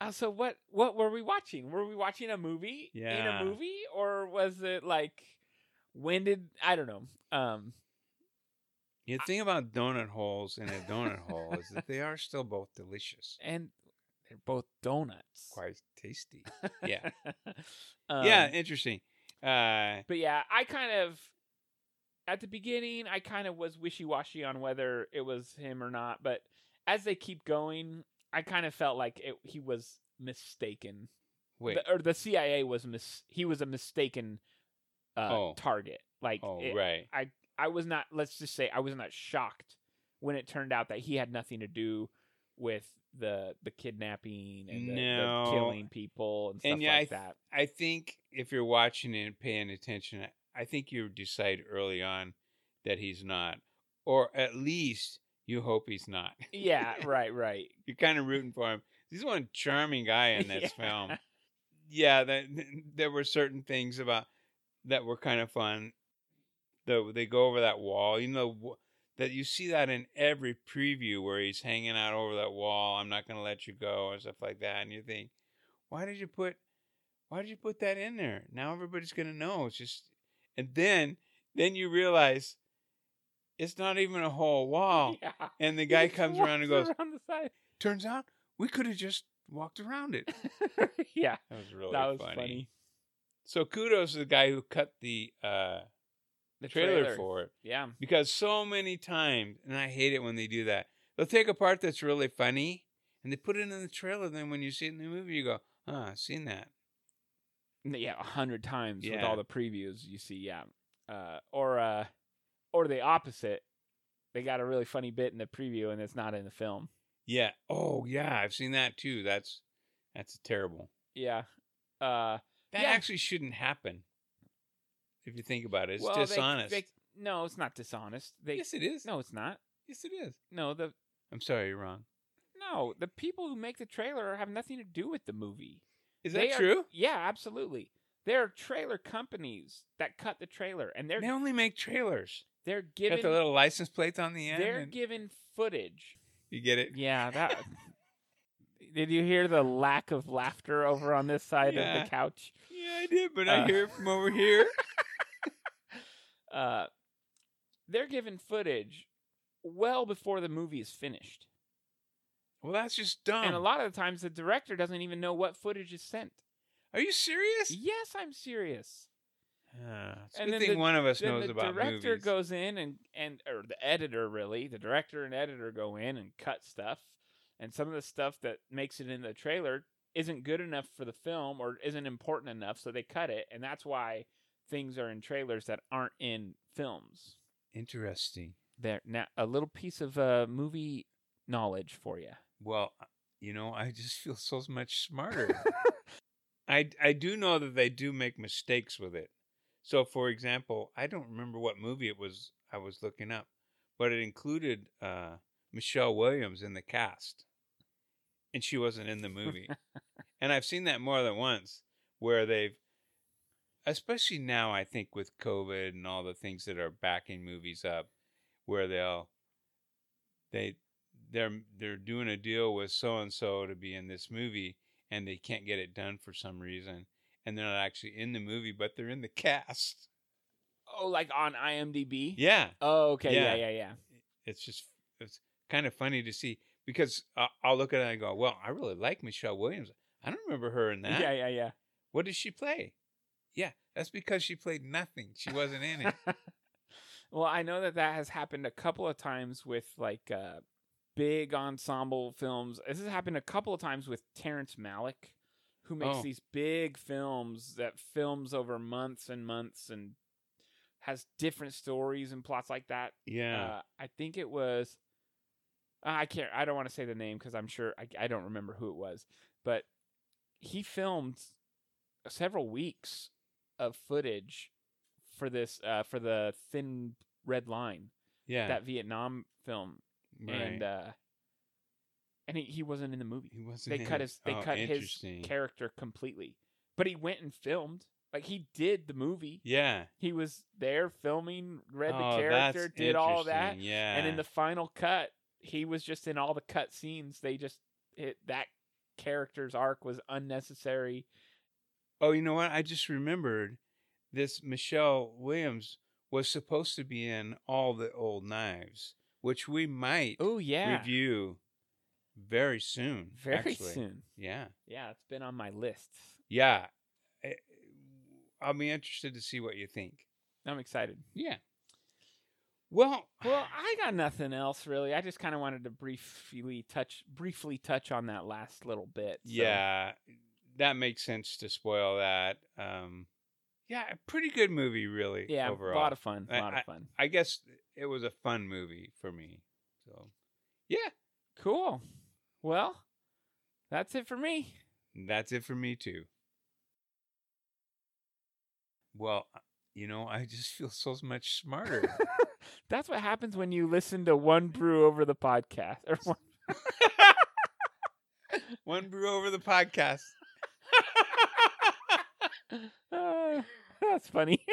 [SPEAKER 11] uh, so what what were we watching were we watching a movie
[SPEAKER 1] Yeah.
[SPEAKER 11] in a movie or was it like when did i don't know um
[SPEAKER 1] The thing about donut holes and a donut hole is that they are still both delicious.
[SPEAKER 11] and they're both donuts
[SPEAKER 1] Quite tasty. Yeah.
[SPEAKER 11] Um,
[SPEAKER 1] yeah, interesting. Uh
[SPEAKER 11] but yeah i kind of at the beginning i kind of was wishy-washy on whether it was him or not but as they keep going i kind of felt like it, he was mistaken
[SPEAKER 1] wait.
[SPEAKER 11] The, or the CIA was mis. He was a mistaken uh,
[SPEAKER 1] Oh.
[SPEAKER 11] target. Like,
[SPEAKER 1] Oh,
[SPEAKER 11] it-
[SPEAKER 1] right.
[SPEAKER 11] I I was not. Let's just say I was not shocked when it turned out that he had nothing to do with the the kidnapping and the, the
[SPEAKER 1] No.
[SPEAKER 11] killing people and stuff
[SPEAKER 1] And yeah,
[SPEAKER 11] like
[SPEAKER 1] I
[SPEAKER 11] that.
[SPEAKER 1] I think if you're watching it and paying attention, I think you decide early on that he's not, or at least you hope he's not.
[SPEAKER 11] Yeah, right, right.
[SPEAKER 1] You're kind of rooting for him. He's one charming guy in this
[SPEAKER 11] Yeah.
[SPEAKER 1] film. Yeah, that, there were certain things about that were kind of fun. The, they go over that wall, you know wh- that you see that in every preview where he's hanging out over that wall. I'm not going to let you go and stuff like that. And you think, why did you put, why did you put that in there? Now everybody's going to know. It's just, and then then you realize it's not even a whole wall.
[SPEAKER 11] Yeah.
[SPEAKER 1] And Oh, the guy
[SPEAKER 11] He
[SPEAKER 1] comes around and
[SPEAKER 11] walks
[SPEAKER 1] goes,
[SPEAKER 11] around the side.
[SPEAKER 1] turns out we could have just walked around it.
[SPEAKER 11] yeah,
[SPEAKER 1] That was really
[SPEAKER 11] that was
[SPEAKER 1] funny.
[SPEAKER 11] funny.
[SPEAKER 1] So kudos to the guy who cut the uh
[SPEAKER 11] The
[SPEAKER 1] trailer, for it
[SPEAKER 11] yeah,
[SPEAKER 1] because so many times, and I hate it when they do that. They'll take a part that's really funny and they put it in the trailer. Then when you see it in the movie, you go, "Ah, I've seen that."
[SPEAKER 11] yeah, a hundred times with
[SPEAKER 1] Yeah.
[SPEAKER 11] all the previews you see. Yeah, uh, or uh, or the opposite. They got a really funny bit in the preview, and it's not in the film.
[SPEAKER 1] Yeah. Oh, yeah, I've seen that too. That's that's terrible.
[SPEAKER 11] Yeah, uh,
[SPEAKER 1] That
[SPEAKER 11] Yeah.
[SPEAKER 1] actually shouldn't happen. If you think about it, it's
[SPEAKER 11] well, they-
[SPEAKER 1] dishonest.
[SPEAKER 11] they- no, it's not dishonest. They,
[SPEAKER 1] yes, it is.
[SPEAKER 11] no, it's not.
[SPEAKER 1] Yes, it is.
[SPEAKER 11] No, the
[SPEAKER 1] I'm sorry, you're wrong.
[SPEAKER 11] no, the people who make the trailer have nothing to do with the movie.
[SPEAKER 1] Is
[SPEAKER 11] They
[SPEAKER 1] that
[SPEAKER 11] are-
[SPEAKER 1] true?
[SPEAKER 11] yeah, absolutely. There are trailer companies that cut the trailer, and they're
[SPEAKER 1] They only make trailers.
[SPEAKER 11] they're
[SPEAKER 1] Got the
[SPEAKER 11] given
[SPEAKER 1] little license plates on the end.
[SPEAKER 11] they're
[SPEAKER 1] and-
[SPEAKER 11] given footage.
[SPEAKER 1] you get it?
[SPEAKER 11] Yeah, that. Did you hear the lack of laughter over on this side of
[SPEAKER 1] Yeah.
[SPEAKER 11] the couch?
[SPEAKER 1] Yeah, I did, but
[SPEAKER 11] Uh.
[SPEAKER 1] I hear it from over here.
[SPEAKER 11] Uh, they're given footage well before the movie is finished,
[SPEAKER 1] Well, that's just dumb.
[SPEAKER 11] and a lot of the times the director doesn't even know what footage is sent.
[SPEAKER 1] Are you serious?
[SPEAKER 11] Yes, I'm serious.
[SPEAKER 1] Ah, it's a
[SPEAKER 11] And
[SPEAKER 1] good
[SPEAKER 11] then
[SPEAKER 1] thing
[SPEAKER 11] the-
[SPEAKER 1] one of us
[SPEAKER 11] then
[SPEAKER 1] knows
[SPEAKER 11] the
[SPEAKER 1] about
[SPEAKER 11] director
[SPEAKER 1] movies.
[SPEAKER 11] goes in and and or the editor really the director and editor go in and cut stuff and some of the stuff that makes it in the trailer isn't good enough for the film or isn't important enough so they cut it and that's why things are in trailers that aren't in films
[SPEAKER 1] Interesting.
[SPEAKER 11] there now a little piece of uh, movie knowledge for you
[SPEAKER 1] Well, you know, I just feel so much smarter. I I do know that they do make mistakes with it. So, for example, I don't remember what movie it was I was looking up, but it included uh, Michelle Williams in the cast, and she wasn't in the movie. and I've seen that more than once, where they've, especially now, I think with COVID and all the things that are backing movies up, where they'll they they're they're doing a deal with so and so to be in this movie and they can't get it done for some reason and they're not actually in the movie but they're in the cast
[SPEAKER 11] oh like on imdb
[SPEAKER 1] yeah
[SPEAKER 11] oh okay yeah
[SPEAKER 1] Yeah.
[SPEAKER 11] yeah yeah
[SPEAKER 1] it's just it's kind of funny to see because I- i'll look at it and I go well i really like michelle williams i don't remember her in that
[SPEAKER 11] yeah yeah yeah
[SPEAKER 1] what did she play yeah that's because she played nothing she wasn't in
[SPEAKER 11] Uh,
[SPEAKER 1] it
[SPEAKER 11] well, I know that that has happened a couple of times with like uh, big ensemble films. This has happened a couple of times with Terrence Malick, who makes
[SPEAKER 1] Oh.
[SPEAKER 11] these big films that films over months and months and has different stories and plots like that.
[SPEAKER 1] yeah
[SPEAKER 11] Uh, I think it was. uh, I can't. I don't want to say the name because I'm sure I, I don't remember who it was, but he filmed several weeks of footage for this uh, for the Thin Red Line,
[SPEAKER 1] yeah
[SPEAKER 11] that Vietnam film,
[SPEAKER 1] right.
[SPEAKER 11] and uh, and he, he wasn't in the movie.
[SPEAKER 1] he wasn't
[SPEAKER 11] They
[SPEAKER 1] in
[SPEAKER 11] cut
[SPEAKER 1] it.
[SPEAKER 11] his they
[SPEAKER 1] Oh,
[SPEAKER 11] cut his
[SPEAKER 1] interesting.
[SPEAKER 11] character completely, but he went and filmed. Like he did the movie.
[SPEAKER 1] yeah
[SPEAKER 11] He was there filming, read the
[SPEAKER 1] Oh, that's
[SPEAKER 11] character, did all that.
[SPEAKER 1] interesting. yeah
[SPEAKER 11] And in the final cut, he was just in all the cut scenes. They just it, that character's arc was unnecessary.
[SPEAKER 1] Oh, you know what? I just remembered this Michelle Williams was supposed to be in All the Old Knives, which we might
[SPEAKER 11] Oh yeah,
[SPEAKER 1] review very soon.
[SPEAKER 11] very
[SPEAKER 1] actually.
[SPEAKER 11] soon.
[SPEAKER 1] Yeah.
[SPEAKER 11] Yeah, it's been on my list.
[SPEAKER 1] Yeah. I- I'll be interested to see what you think.
[SPEAKER 11] I'm excited.
[SPEAKER 1] Yeah. Well,
[SPEAKER 11] Well, I got nothing else really. I just kind of wanted to briefly touch briefly touch on that last little bit. so-
[SPEAKER 1] yeah, that makes sense to spoil that. Um, yeah, a pretty good movie, really.
[SPEAKER 11] yeah,
[SPEAKER 1] overall.
[SPEAKER 11] a lot of fun, a
[SPEAKER 1] I-
[SPEAKER 11] lot of fun.
[SPEAKER 1] I guess it was a fun movie for me. So, yeah,
[SPEAKER 11] Cool. Well, that's it for me.
[SPEAKER 1] that's it for me too. Well, you know, I just feel so much smarter.
[SPEAKER 11] That's what happens when you listen to one brew over the podcast or one
[SPEAKER 1] One brew over the podcast.
[SPEAKER 11] Uh, Ah, that's funny.